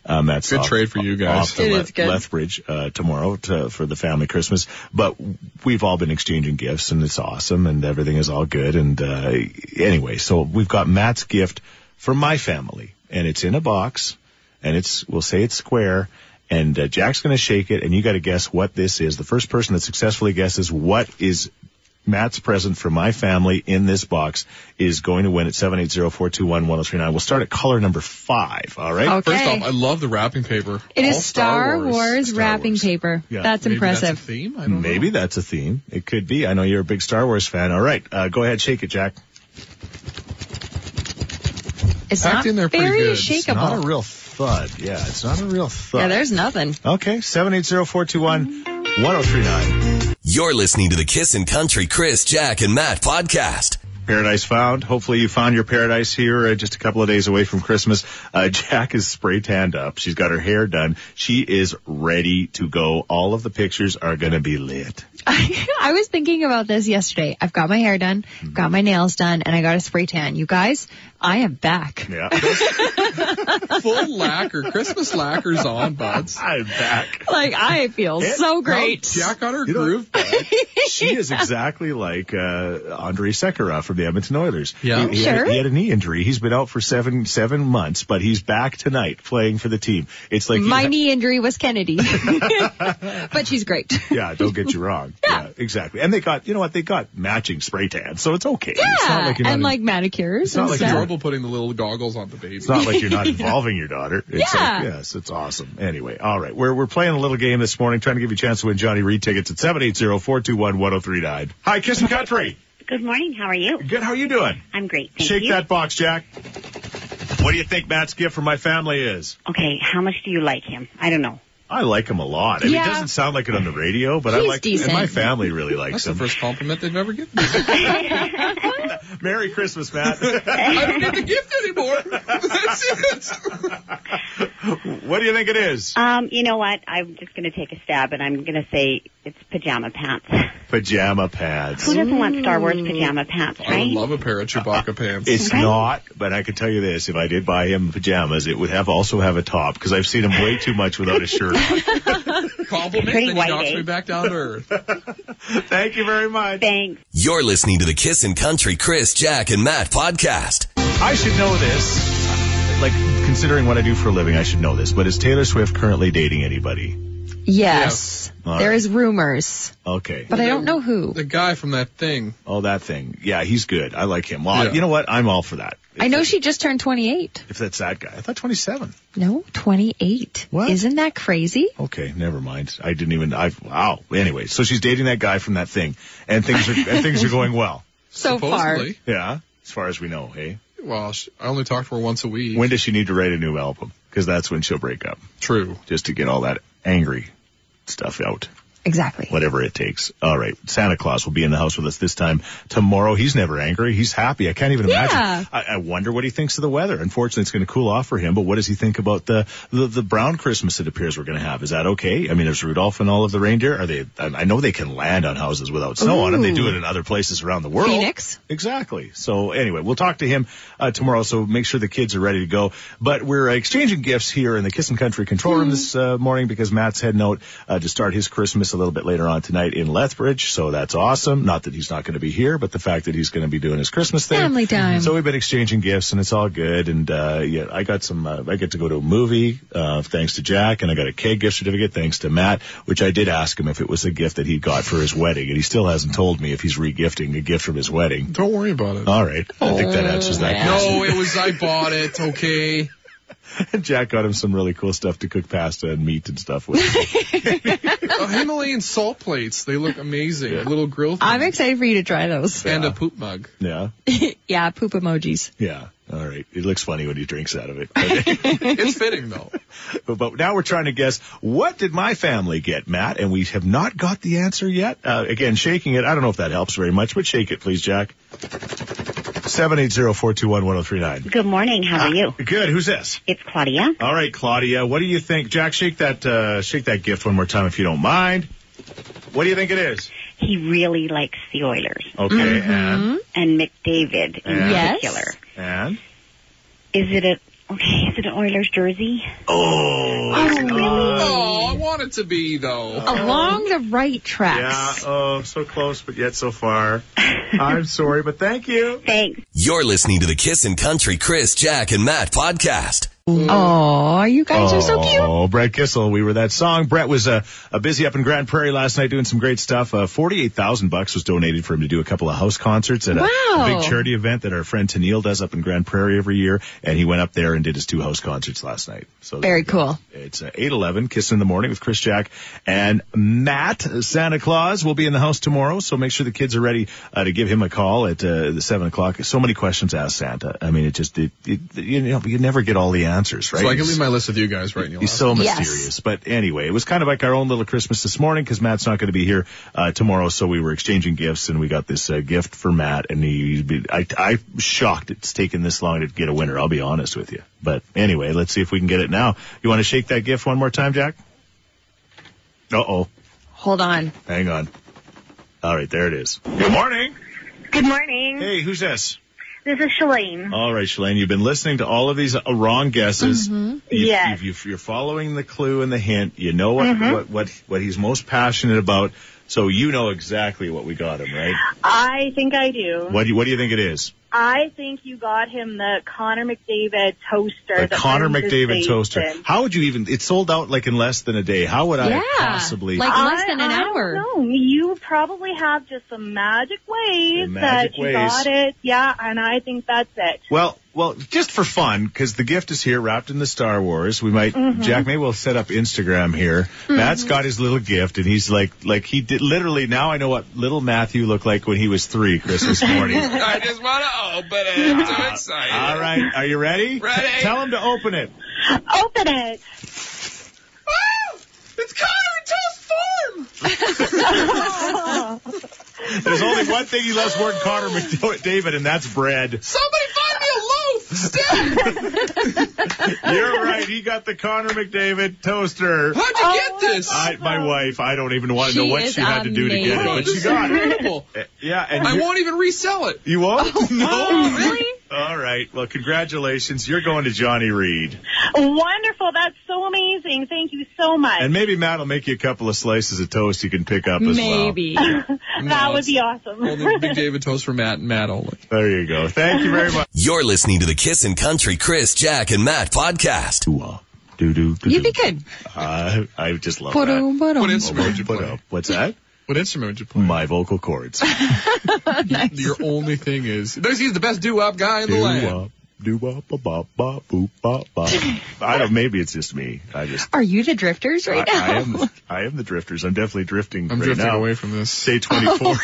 Speaker 2: Um, that's
Speaker 4: Good
Speaker 2: off-
Speaker 4: trade for you guys.
Speaker 2: Off to
Speaker 4: It
Speaker 2: Le-
Speaker 4: is good.
Speaker 2: Lethbridge uh, tomorrow to, for the family Christmas. But we've all been exchanging gifts, and it's awesome, and everything is all good. And uh, anyway, so we've got Matt's gift for my family, and it's in a box, and it's we'll say it's square. And uh, Jack's going to shake it, and you got to guess what this is. The first person that successfully guesses what is Matt's present for my family in this box is going to win at 780-421-1039. We'll start at color number five, all right?
Speaker 3: Okay. First off,
Speaker 2: I love the wrapping paper.
Speaker 3: It is Star, Wars, wrapping paper. That's impressive. Mm-hmm.
Speaker 2: Maybe that's a theme. It could be. I know you're a big Star Wars fan. All right, uh, go ahead, shake it, Jack.
Speaker 3: It's Packed not in there pretty very good.
Speaker 2: It's not
Speaker 3: shakeable.
Speaker 2: a real thud. Yeah, it's not a real thud.
Speaker 3: Yeah, there's nothing.
Speaker 2: Okay, 780-421-1039.
Speaker 1: You're listening to the Kissin' Country Chris, Jack, and Matt podcast.
Speaker 2: Paradise found. Hopefully you found your paradise here uh, just a couple of days away from Christmas. Uh, Jack is spray tanned up. She's got her hair done. She is ready to go. All of the pictures are going to be lit.
Speaker 3: I was thinking about this yesterday. I've got my hair done,
Speaker 2: Mm-hmm.
Speaker 3: got my nails done, and I got a spray tan. You guys, I am back.
Speaker 2: Yeah.
Speaker 4: Full lacquer. Christmas lacquer's on, buds.
Speaker 2: I'm back.
Speaker 3: Like I feel
Speaker 4: Yeah.
Speaker 3: so great.
Speaker 4: No, Jack got her
Speaker 2: You know,
Speaker 4: groove.
Speaker 2: she is exactly like uh, Andre Sekera from the Edmonton Oilers.
Speaker 4: Yeah.
Speaker 2: he, he had-
Speaker 4: Sure.
Speaker 2: he had a knee injury. He's been out for seven seven months, but he's back tonight playing for the team. It's like you
Speaker 3: my
Speaker 2: ha-
Speaker 3: knee injury was Kennedy, but she's great.
Speaker 2: yeah, don't get you wrong. yeah. exactly. And they got you know what they got matching spray tans, so it's okay.
Speaker 3: Yeah,
Speaker 2: it's not like you're not
Speaker 3: and
Speaker 2: in-
Speaker 3: like manicures.
Speaker 2: It's not
Speaker 3: and
Speaker 2: like
Speaker 3: stuff.
Speaker 2: you're-
Speaker 4: Trouble putting the little goggles on the baby.
Speaker 2: It's not like you're not involving your daughter. It's
Speaker 4: Yeah.
Speaker 2: Like, yes, it's awesome. Anyway, all right. We're, we're playing a little game this morning, trying to give you a chance to win Johnny Reed tickets at 780-421-1039. Hi, Kiss and Country.
Speaker 11: Good morning. How are you?
Speaker 2: Good. How are you doing?
Speaker 11: I'm great. Thank
Speaker 2: Shake
Speaker 11: you.
Speaker 2: that box, Jack. What do you think Matt's gift for my family is?
Speaker 11: Okay. How much do you like him? I don't know.
Speaker 2: I like him a lot. I mean,
Speaker 11: Yeah.
Speaker 2: it doesn't sound like it on the radio, but I
Speaker 11: He's
Speaker 2: like
Speaker 11: decent.
Speaker 2: and my family really likes
Speaker 4: That's
Speaker 2: him.
Speaker 4: the first compliment they've ever given.
Speaker 2: Merry Christmas, Matt.
Speaker 4: I don't get the gift anymore. That's it.
Speaker 2: what do you think it is?
Speaker 11: Um, you know what? I'm just going to take a stab, and I'm going to say it's pajama pants.
Speaker 2: Pajama pads.
Speaker 11: Who doesn't want Star Wars pajama pants,
Speaker 2: I
Speaker 11: right?
Speaker 2: love a pair of Chewbacca pants. It's
Speaker 11: Right?
Speaker 2: not, but I can tell you this: if I did buy him pajamas, it would have also have a top because I've seen him way too much without a shirt. on.
Speaker 4: Compliment,
Speaker 11: Pretty
Speaker 4: then he
Speaker 11: white,
Speaker 4: knocks
Speaker 11: eh?
Speaker 4: me back down to earth.
Speaker 2: Thank you very much.
Speaker 11: Thanks.
Speaker 1: You're listening to the Kissin' Country Chris, Jack, and Matt podcast.
Speaker 2: I should know this. Like considering what I do for a living, I should know this. But is Taylor Swift currently dating anybody?
Speaker 3: Yes,
Speaker 2: Yeah. All
Speaker 3: there
Speaker 2: right.
Speaker 3: is rumors,
Speaker 2: Okay.
Speaker 3: but I don't know who.
Speaker 2: The guy from that thing. Oh, that thing. Yeah, he's good. I like him. Well, you know what? I'm all for that.
Speaker 3: I know she just turned 28.
Speaker 2: If that's that guy, I thought 27.
Speaker 3: No, 28. is Isn't that crazy?
Speaker 2: Okay, never mind. I didn't even. I wow. Anyway, so she's dating that guy from that thing, and things are and things are going well.
Speaker 3: So
Speaker 4: Supposedly.
Speaker 2: Yeah, as far as we know. Hey,
Speaker 4: Well, sh- I only talk to her once a week.
Speaker 2: when does she need to write a new album? Because that's when she'll break up. True. Just to get all that angry stuff out.
Speaker 3: Exactly.
Speaker 2: Whatever it takes. All right. Santa Claus will be in the house with us this time tomorrow. He's never angry. He's happy. I can't even
Speaker 3: Yeah.
Speaker 2: imagine. I, I wonder what he thinks of the weather. Unfortunately, it's going to cool off for him. But what does he think about the, the the brown Christmas it appears we're going to have? Is that okay? I mean, there's Rudolph and all of the reindeer. Are they? I I know they can land on houses without snow on them. They do
Speaker 12: Ooh.
Speaker 2: it in other places around the world.
Speaker 12: Phoenix.
Speaker 2: Exactly. So anyway, we'll talk to him uh, tomorrow. So make sure the kids are ready to go. But we're uh, exchanging gifts here in the Kissin' Country control room this uh, morning because Matt's heading out uh, to start his Christmas a little bit later on tonight in Lethbridge. So that's awesome. Not that he's not going to be here, but the fact that he's going to be doing his Christmas thing.
Speaker 3: Family time.
Speaker 2: Mhm. So we've been exchanging gifts and it's all good. And uh, yeah, I got some. Uh, I get to go to a movie uh, thanks to Jack, and I got a keg gift certificate thanks to Matt, which I did ask him if it was a gift that he got for his wedding, and he still hasn't told me if he's regifting a gift from his wedding. Uh,
Speaker 4: Don't worry about it.
Speaker 2: All right. I think that answers that question.
Speaker 4: No, it was I bought it. Okay.
Speaker 2: And Jack got him some really cool stuff to cook pasta and meat and stuff with.
Speaker 4: oh, Himalayan salt plates. They look amazing. A little grill thing.
Speaker 3: I'm excited for you to try those.
Speaker 4: and a poop mug.
Speaker 2: yeah.
Speaker 3: yeah, poop emojis.
Speaker 2: Yeah. All right. It looks funny when he drinks out of it.
Speaker 4: it's fitting though.
Speaker 2: But, but now we're trying to guess what did my family get, Matt? And we have not got the answer yet. Uh, again, shaking it. I don't know if that helps very much, but shake it, please, Jack. 780-421-1039.
Speaker 11: Good morning. How
Speaker 2: Ah.
Speaker 11: are you?
Speaker 2: Good. Who's this?
Speaker 11: It's Claudia.
Speaker 2: All right, Claudia. What do you think? Jack, shake that uh, shake that gift one more time if you don't mind. What do you think it is?
Speaker 11: He really likes the Oilers
Speaker 2: Okay, and
Speaker 11: and McDavid in
Speaker 2: Yes.
Speaker 11: particular.
Speaker 2: and
Speaker 11: Is it a okay? Is it an Oilers jersey?
Speaker 2: oh,
Speaker 4: Oh, I want it to be though.
Speaker 2: Uh,
Speaker 3: Along the right
Speaker 2: yeah,
Speaker 3: tracks.
Speaker 2: oh, so close but yet so far. I'm sorry, but thank you.
Speaker 11: Thanks.
Speaker 1: You're listening to the Kissin' Country Chris, Jack, and Matt podcast.
Speaker 3: Oh, you guys are so cute.
Speaker 2: Oh, Brett Kissel, we were that song. Brett was uh, uh, busy up in Grand Prairie last night doing some great stuff. Uh, Forty-eight thousand bucks was donated for him to do a couple of house concerts at a, a
Speaker 3: Wow.
Speaker 2: big charity event that our friend Tennille does up in Grand Prairie every year. And he went up there and did his two house concerts last night. So there
Speaker 3: Very
Speaker 2: you go.
Speaker 3: cool.
Speaker 2: It's uh, eight eleven. Kiss in the morning with Chris Jack and Matt. Santa Claus will be in the house tomorrow, so make sure the kids are ready uh, to give him a call at uh, the seven o'clock. So many questions asked Santa. I mean, it just it, it, you know you never get all the answers, right?
Speaker 4: So I can leave my list with you guys right now.
Speaker 2: He's so
Speaker 3: Yes.
Speaker 2: mysterious. But anyway, it was kind of like our own little Christmas this morning because Matt's not going to be here uh, tomorrow, so we were exchanging gifts and we got this uh, gift for Matt, and he, he I, I'm shocked it's taken this long to get a winner. I'll be honest with you. But anyway, let's see if we can get it now. You want to shake that gift one more time, Jack? Uh oh,
Speaker 3: Hold on.
Speaker 2: hang on. All right, there it is. Good morning.
Speaker 12: Good morning.
Speaker 2: Hey, who's this?
Speaker 12: This is Shalane.
Speaker 2: All right, Shalane, you've been listening to all of these uh, wrong guesses. You,
Speaker 12: Mm-hmm. Yes.
Speaker 2: you- you- you're following the clue and the hint. You know what,
Speaker 12: Mhm.
Speaker 2: what, what, what he's most passionate about. So you know exactly what we got him, right?
Speaker 12: I think I do.
Speaker 2: What do you, what do you think it is?
Speaker 12: I think you got him the Connor McDavid toaster.
Speaker 2: The
Speaker 12: that
Speaker 2: Connor
Speaker 12: burns his
Speaker 2: McDavid
Speaker 12: face
Speaker 2: toaster.
Speaker 12: in.
Speaker 2: How would you even, it sold out like in less than a day. How would I
Speaker 12: Yeah,
Speaker 2: possibly?
Speaker 3: like
Speaker 12: I-
Speaker 3: less than an
Speaker 12: I don't
Speaker 3: hour.
Speaker 12: know. You probably have just some magic ways
Speaker 2: The magic
Speaker 12: that you
Speaker 2: ways.
Speaker 12: got it. Yeah, and I think that's it.
Speaker 2: Well, well, just for fun, because the gift is here, wrapped in the Star Wars. We might, Jack, maybe we'll set up Instagram here. Matt's got his little gift, and he's like, like he did. Literally, now I know what little Matthew looked like when he was three Christmas morning.
Speaker 4: I just want to open it. I'm so excited.
Speaker 2: All right, are you ready?
Speaker 4: Ready.
Speaker 2: Tell him to open it.
Speaker 12: Open it.
Speaker 4: It's Connor in toast form.
Speaker 2: There's only one thing he loves more than Connor McDavid, and that's bread.
Speaker 4: Somebody find me a loaf. Still.
Speaker 2: You're right. He got the Connor McDavid toaster.
Speaker 4: How'd you get this?
Speaker 2: I, my wife, I don't even want to know
Speaker 3: She
Speaker 2: what
Speaker 3: is
Speaker 2: she had to do to get it,
Speaker 4: Oh,
Speaker 2: but
Speaker 4: this
Speaker 2: she
Speaker 4: is
Speaker 2: got it.
Speaker 4: incredible.
Speaker 2: Yeah, and
Speaker 4: I
Speaker 2: you're-
Speaker 4: won't even resell it.
Speaker 2: you won't.
Speaker 4: No, really?
Speaker 2: All right. Well, congratulations. You're going to Johnny Reed.
Speaker 12: Wonderful. That's so amazing. Thank you so much.
Speaker 2: And maybe Matt will make you a couple of slices of toast you can pick up as
Speaker 3: Maybe.
Speaker 12: that
Speaker 4: No,
Speaker 12: would
Speaker 4: it's
Speaker 12: be awesome.
Speaker 4: Only Big David toast for Matt and Matt only.
Speaker 2: well. There you go. Thank you very much.
Speaker 1: You're listening to the Kissin' Country Chris, Jack, and Matt podcast.
Speaker 2: Do do do.
Speaker 3: You'd be good. um,
Speaker 2: Uh, I just love that.
Speaker 3: Ba-dum, ba-dum.
Speaker 4: What instrument would you
Speaker 2: Put
Speaker 4: play?
Speaker 2: up. What's that?
Speaker 4: What instrument would you play?
Speaker 2: My vocal cords.
Speaker 4: Your only thing is he's the best doo-wop guy in the land.
Speaker 2: Doo-wop, doo-wop, ba-bop, uh, ba, boop, ba, bop. I don't. Maybe it's just me. I just.
Speaker 3: Are you the drifters
Speaker 2: I,
Speaker 3: right now?
Speaker 2: I am. I am the drifters. I'm definitely drifting
Speaker 4: I'm
Speaker 2: right
Speaker 4: drifting
Speaker 2: now.
Speaker 4: away from this.
Speaker 2: Day 24.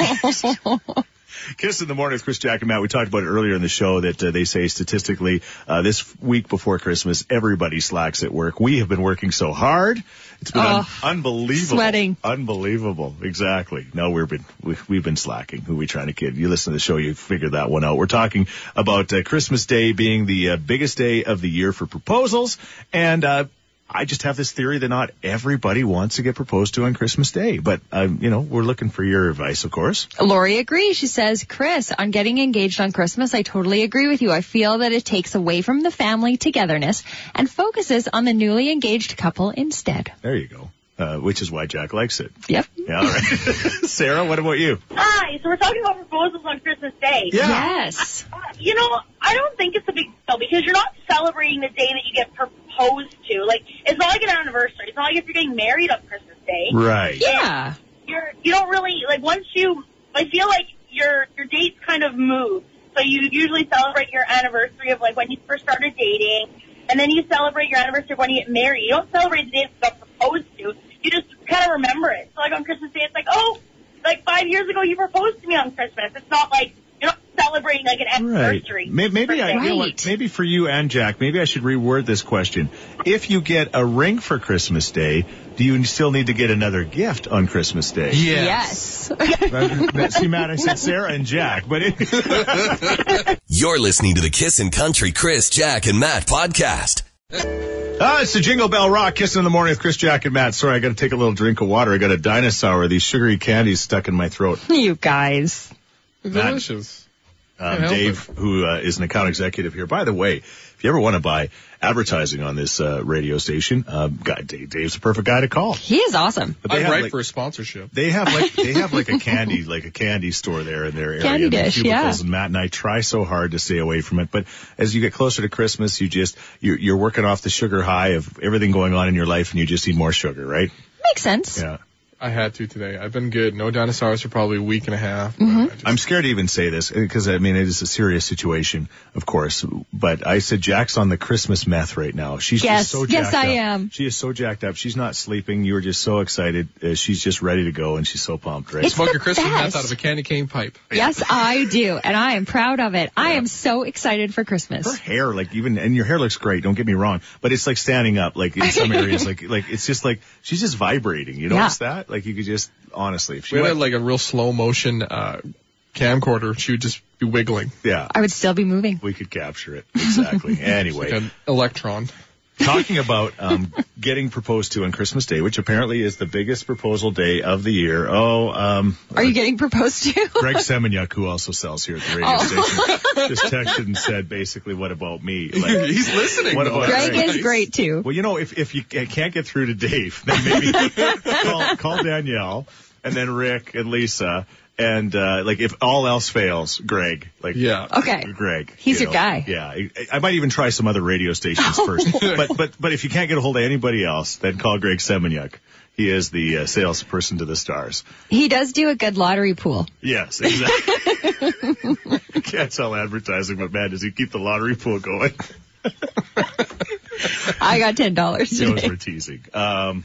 Speaker 2: Kiss in the morning with Chris Jack and Matt. We talked about it earlier in the show that uh, they say statistically uh, this week before Christmas, everybody slacks at work. We have been working so hard. It's been un-
Speaker 3: Oh,
Speaker 2: unbelievable.
Speaker 3: sweating.
Speaker 2: Unbelievable. Exactly. No, we've been, we, we've been slacking. Who we trying to kid? You listen to the show, you figure that one out. We're talking about uh, Christmas Day being the uh, biggest day of the year for proposals and, uh, I just have this theory that not everybody wants to get proposed to on Christmas Day, but um, you know we're looking for your advice, of course.
Speaker 3: Lori agrees. She says, Chris, on getting engaged on Christmas, I totally agree with you. I feel that it takes away from the family togetherness and focuses on the newly engaged couple instead.
Speaker 2: There you go. Uh, which is why Jack likes it.
Speaker 3: Yep.
Speaker 2: Yeah, all right. Sarah, what about you?
Speaker 12: Hi. So we're talking about proposals on Christmas Day.
Speaker 3: Yes.
Speaker 12: you know, I don't think it's a big deal because you're not celebrating the day that you get proposed to. Like, it's not like an anniversary. It's not like if you're getting married on Christmas Day.
Speaker 2: Right.
Speaker 3: Yeah.
Speaker 12: You're you don't really like once you. I feel like your your dates kind of move. So you usually celebrate your anniversary of like when you first started dating, and then you celebrate your anniversary when you get married. You don't celebrate the day that you got proposed to. You just kind of remember it. So like on Christmas Day, it's like, oh, like five years ago you proposed to me on Christmas. It's not like you're not celebrating like an
Speaker 2: Right.
Speaker 12: anniversary.
Speaker 2: May- Maybe I, you know what,
Speaker 12: Right.
Speaker 2: maybe for you and Jack, maybe I should reword this question. If you get a ring for Christmas Day, do you still need to get another gift on Christmas Day?
Speaker 3: Yes.
Speaker 2: That- See, Matt, I said Sarah and Jack, but it-
Speaker 1: You're listening to the Kissin' Country Chris, Jack, and Matt podcast.
Speaker 2: Ah, it's the Jingle Bell Rock Kissing in the Morning with Chris, Jack, and Matt. Sorry, I got to take a little drink of water. I got a dinosaur. These sugary candies stuck in my throat.
Speaker 3: You guys.
Speaker 4: Delicious.
Speaker 2: Um,
Speaker 4: Can't help
Speaker 2: Dave, who uh, is an account executive here. By the way, if you ever want to buy advertising on this uh, radio station, um, guy, Dave, Dave's the perfect guy to call.
Speaker 3: He is awesome.
Speaker 2: But they
Speaker 4: I'm
Speaker 2: have,
Speaker 4: right
Speaker 2: like-
Speaker 4: for a sponsorship.
Speaker 2: They have like they have like a candy like a candy store there in their area.
Speaker 3: Candy
Speaker 2: and their
Speaker 3: dish,
Speaker 2: cubicles,
Speaker 3: yeah.
Speaker 2: And Matt and I try so hard to stay away from it, but as you get closer to Christmas, you just you're, you're working off the sugar high of everything going on in your life, and you just need more sugar, right?
Speaker 3: Makes sense.
Speaker 2: Yeah.
Speaker 4: I had to today. I've been good. No dinosaurs for probably a week and a half.
Speaker 3: Mm-hmm.
Speaker 2: I'm scared to even say this because I mean it is a serious situation, of course. But I said Jack's on the Christmas meth right now. She's
Speaker 3: Yes.
Speaker 2: just so
Speaker 3: Yes,
Speaker 2: jacked
Speaker 3: I
Speaker 2: up.
Speaker 3: am.
Speaker 2: She is so jacked up. She's not sleeping. You were just so excited. Uh, she's just ready to go, and she's so pumped, right?
Speaker 3: It's
Speaker 4: Smoke
Speaker 3: the
Speaker 4: your Christmas
Speaker 3: best.
Speaker 4: meth out of a candy cane pipe.
Speaker 3: Yes, I do. And I am proud of it. I am so excited for Christmas.
Speaker 2: Her hair, like even, and your hair looks great. Don't get me wrong, but it's like standing up, like in some areas, like like it's just like she's just vibrating. You
Speaker 3: Yeah.
Speaker 2: notice that? Like you could just honestly, if she
Speaker 4: We had
Speaker 2: went-
Speaker 4: like a real slow motion uh, camcorder. She would just be wiggling.
Speaker 2: yeah,
Speaker 3: I would still be moving.
Speaker 2: we could capture it exactly. anyway,
Speaker 4: Like an electron.
Speaker 2: talking about um, getting proposed to on Christmas Day, which apparently is the biggest proposal day of the year. Oh, um,
Speaker 3: Are you getting proposed to?
Speaker 2: Greg Semenyuk, who also sells here at the radio
Speaker 3: Oh.
Speaker 2: station, just texted and said basically, "What about me?" Like,
Speaker 4: He's listening.
Speaker 2: What
Speaker 4: though.
Speaker 2: about
Speaker 3: Greg is great too.
Speaker 2: Well, you know, if, if you ca- can't get through to Dave, then maybe call, call Danielle and then Rick and Lisa. And, uh, like if all else fails, Greg, like,
Speaker 4: Yeah.
Speaker 3: Okay.
Speaker 2: Greg.
Speaker 3: He's
Speaker 2: you
Speaker 3: your
Speaker 2: know.
Speaker 3: guy. Oh.
Speaker 2: Yeah. I, I might even try some other radio stations first. But, but, but if you can't get a hold of anybody else, then call Greg Semenyuk. He is the uh, salesperson to the stars.
Speaker 3: He does do a good lottery pool.
Speaker 2: Yes, exactly. can't sell advertising, but man, does he keep the lottery pool going?
Speaker 3: I got ten dollars
Speaker 2: He knows
Speaker 3: today.
Speaker 2: we're teasing. Um,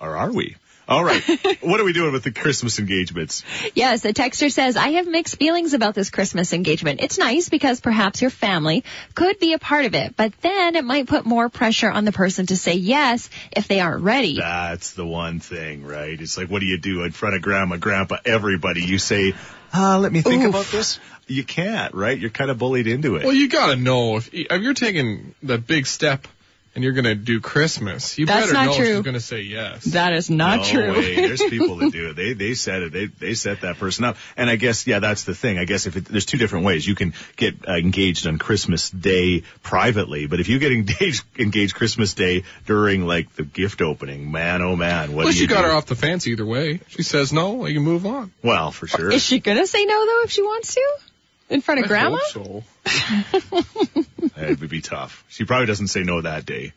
Speaker 2: or are we? All right. what are we doing with the Christmas engagements?
Speaker 3: Yes, the texter says, I have mixed feelings about this Christmas engagement. It's nice because perhaps your family could be a part of it, but then it might put more pressure on the person to say yes if they aren't ready.
Speaker 2: That's the one thing, right? It's like, what do you do in front of grandma, grandpa, everybody? You say, uh, let me think
Speaker 3: Oof.
Speaker 2: about this. You can't, right? You're kind of bullied into it.
Speaker 4: Well, you gotta know if, if you're taking the big step and you're gonna do Christmas, you
Speaker 3: That's
Speaker 4: better
Speaker 3: not
Speaker 4: know
Speaker 3: true.
Speaker 4: she's gonna say yes.
Speaker 3: That is not
Speaker 2: no
Speaker 3: true.
Speaker 2: way. There's people that do it. They they set it. They they set that person up. And I guess yeah, that's the thing. I guess if it, there's two different ways you can get uh, engaged on Christmas Day privately, but if you get engaged engaged Christmas Day during like the gift opening, man, oh man, what do
Speaker 4: well, she
Speaker 2: you
Speaker 4: got
Speaker 2: do?
Speaker 4: her off the fence either way. She says no, you can move on.
Speaker 2: Well, for sure.
Speaker 3: Is she gonna say no though if she wants to? In front of grandma?
Speaker 4: I hope so.
Speaker 2: it would be tough. She probably doesn't say no that day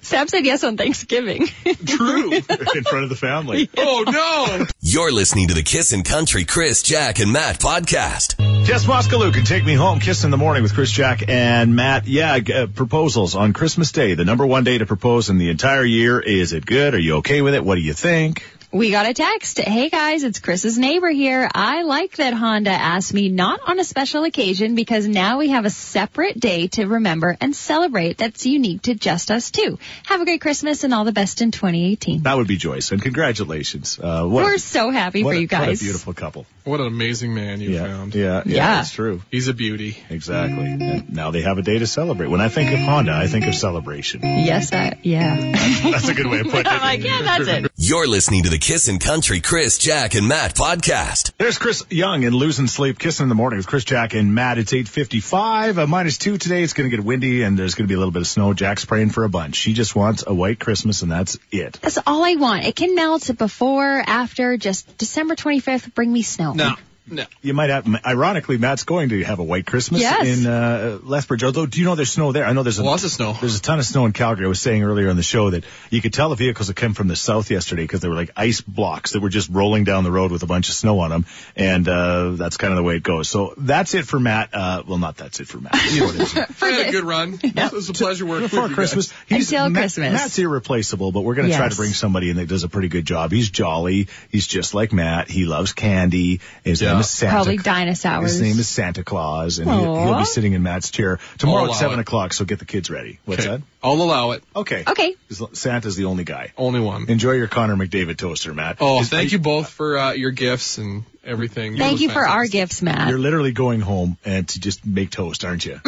Speaker 3: Sam said yes on Thanksgiving.
Speaker 4: True.
Speaker 2: in front of the family.
Speaker 4: oh no.
Speaker 1: You're listening to the Kissin' Country Chris, Jack, and Matt podcast.
Speaker 2: Jess Moskaloo can take me home. Kiss in the morning with Chris Jack and Matt. Yeah, g- uh, proposals on Christmas Day. The number one day to propose in the entire year. Is it good? Are you okay with it? What do you think?
Speaker 3: We got a text. Hey guys, it's Chris's neighbor here. I like that Honda asked me not on a special occasion because now we have a separate day to remember and celebrate that's unique to just us two. Have a great Christmas and all the best in 2018.
Speaker 2: That would be Joyce, and congratulations. Uh, what,
Speaker 3: We're so happy
Speaker 2: what
Speaker 3: for
Speaker 2: a-
Speaker 3: you guys.
Speaker 2: What a beautiful couple.
Speaker 4: What an amazing man you
Speaker 2: Yeah,
Speaker 4: found.
Speaker 2: yeah, yeah,
Speaker 3: Yeah.
Speaker 2: That's true.
Speaker 4: He's a beauty.
Speaker 2: Exactly. And now they have a day to celebrate. When I think of Honda, I think of celebration.
Speaker 3: Yes, I, yeah.
Speaker 2: That's a good way of putting
Speaker 3: I'm
Speaker 2: it.
Speaker 3: like, yeah, that's it.
Speaker 1: You're listening to the Kissin' Country Chris, Jack, and Matt podcast.
Speaker 2: There's Chris Young in Losing Sleep, Kissing in the Morning with Chris Jack and Matt. It's 8.55, a minus two today. It's going to get windy and there's going to be a little bit of snow. Jack's praying for a bunch. She just wants a white Christmas and that's it.
Speaker 3: That's all I want. It can melt before, after, just December 25th, bring me snow.
Speaker 4: No. No.
Speaker 2: You might have. Ironically, Matt's going to have a white Christmas
Speaker 4: Yes.
Speaker 2: in uh, Lethbridge. Although, do you know there's snow there? I know there's a,
Speaker 4: lots of snow.
Speaker 2: There's a ton of snow in Calgary. I was saying earlier on the show that you could tell the vehicles that came from the south yesterday because they were like ice blocks that were just rolling down the road with a bunch of snow on them, and uh, that's kind of the way it goes. So that's it for Matt. Uh, well, not that's it for Matt. You know what it is.
Speaker 4: I had a good run. It was a pleasure working
Speaker 2: Before
Speaker 4: with you
Speaker 2: Christmas,
Speaker 4: guys.
Speaker 2: Matt- Matt's irreplaceable, but we're going to try to
Speaker 4: Yes.
Speaker 2: bring somebody in that does a pretty good job. He's jolly. He's just like Matt. He loves candy. His name is Santa.
Speaker 3: Probably
Speaker 2: His
Speaker 3: dinosaurs.
Speaker 2: name is Santa Claus, and he'll,
Speaker 3: Aw.
Speaker 2: he'll be sitting in Matt's chair tomorrow
Speaker 4: I'll
Speaker 2: at
Speaker 4: allow
Speaker 2: seven
Speaker 4: it.
Speaker 2: o'clock. So get the kids ready. What's that?
Speaker 4: I'll allow it.
Speaker 2: Okay.
Speaker 3: Okay.
Speaker 2: Santa's the only guy.
Speaker 4: Only one.
Speaker 2: Enjoy your Connor McDavid toaster, Matt.
Speaker 4: Oh,
Speaker 2: Is-
Speaker 4: thank you both for uh, your gifts and everything.
Speaker 3: Thank
Speaker 4: were
Speaker 3: you for our
Speaker 4: fantastic.
Speaker 3: gifts, Matt.
Speaker 2: You're literally going home and to just make toast, aren't you?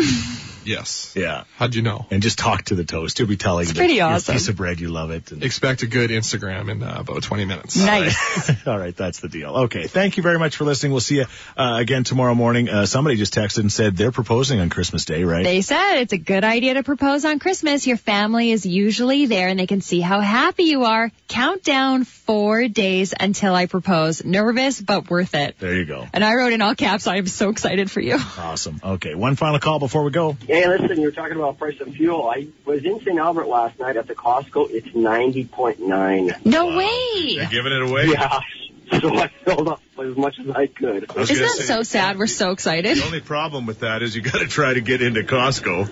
Speaker 4: Yes.
Speaker 2: Yeah.
Speaker 4: How'd you know?
Speaker 2: And just talk to the toast. You'll be telling
Speaker 4: It's
Speaker 2: that
Speaker 4: pretty
Speaker 2: you're a
Speaker 4: awesome.
Speaker 2: piece of bread. You love it.
Speaker 4: Expect a good Instagram in uh, about 20 minutes.
Speaker 2: Nice. All right, that's the deal. Okay, thank you very much for listening. We'll see you uh, again tomorrow morning. Uh, somebody just texted and said they're proposing on Christmas Day, right?
Speaker 3: They said it's a good idea to propose on Christmas. Your family is usually there and they can see how happy you are. Count down four days until I propose. Nervous, but worth it.
Speaker 2: there you go.
Speaker 3: And I wrote in all caps, I am so excited for you.
Speaker 2: Awesome. Okay, one final call before we go.
Speaker 9: Hey, listen, you were talking about price of fuel. I was in St. Albert last night at the Costco. It's 90.9.
Speaker 3: No way.
Speaker 2: giving it away?
Speaker 9: Yeah. So I filled up as much as I could.
Speaker 2: I was
Speaker 3: Isn't
Speaker 2: gonna
Speaker 3: that
Speaker 2: say-
Speaker 3: so sad? We're so excited.
Speaker 2: The only problem with that is you got to try to get into Costco.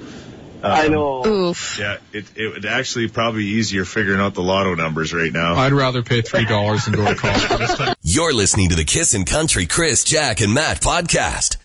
Speaker 9: I know.
Speaker 3: Oof.
Speaker 2: Yeah, it it would actually probably be easier figuring out the lotto numbers right now.
Speaker 4: I'd rather pay three dollars than go to college.
Speaker 1: You're listening to the Kissin' Country Chris, Jack, and Matt podcast.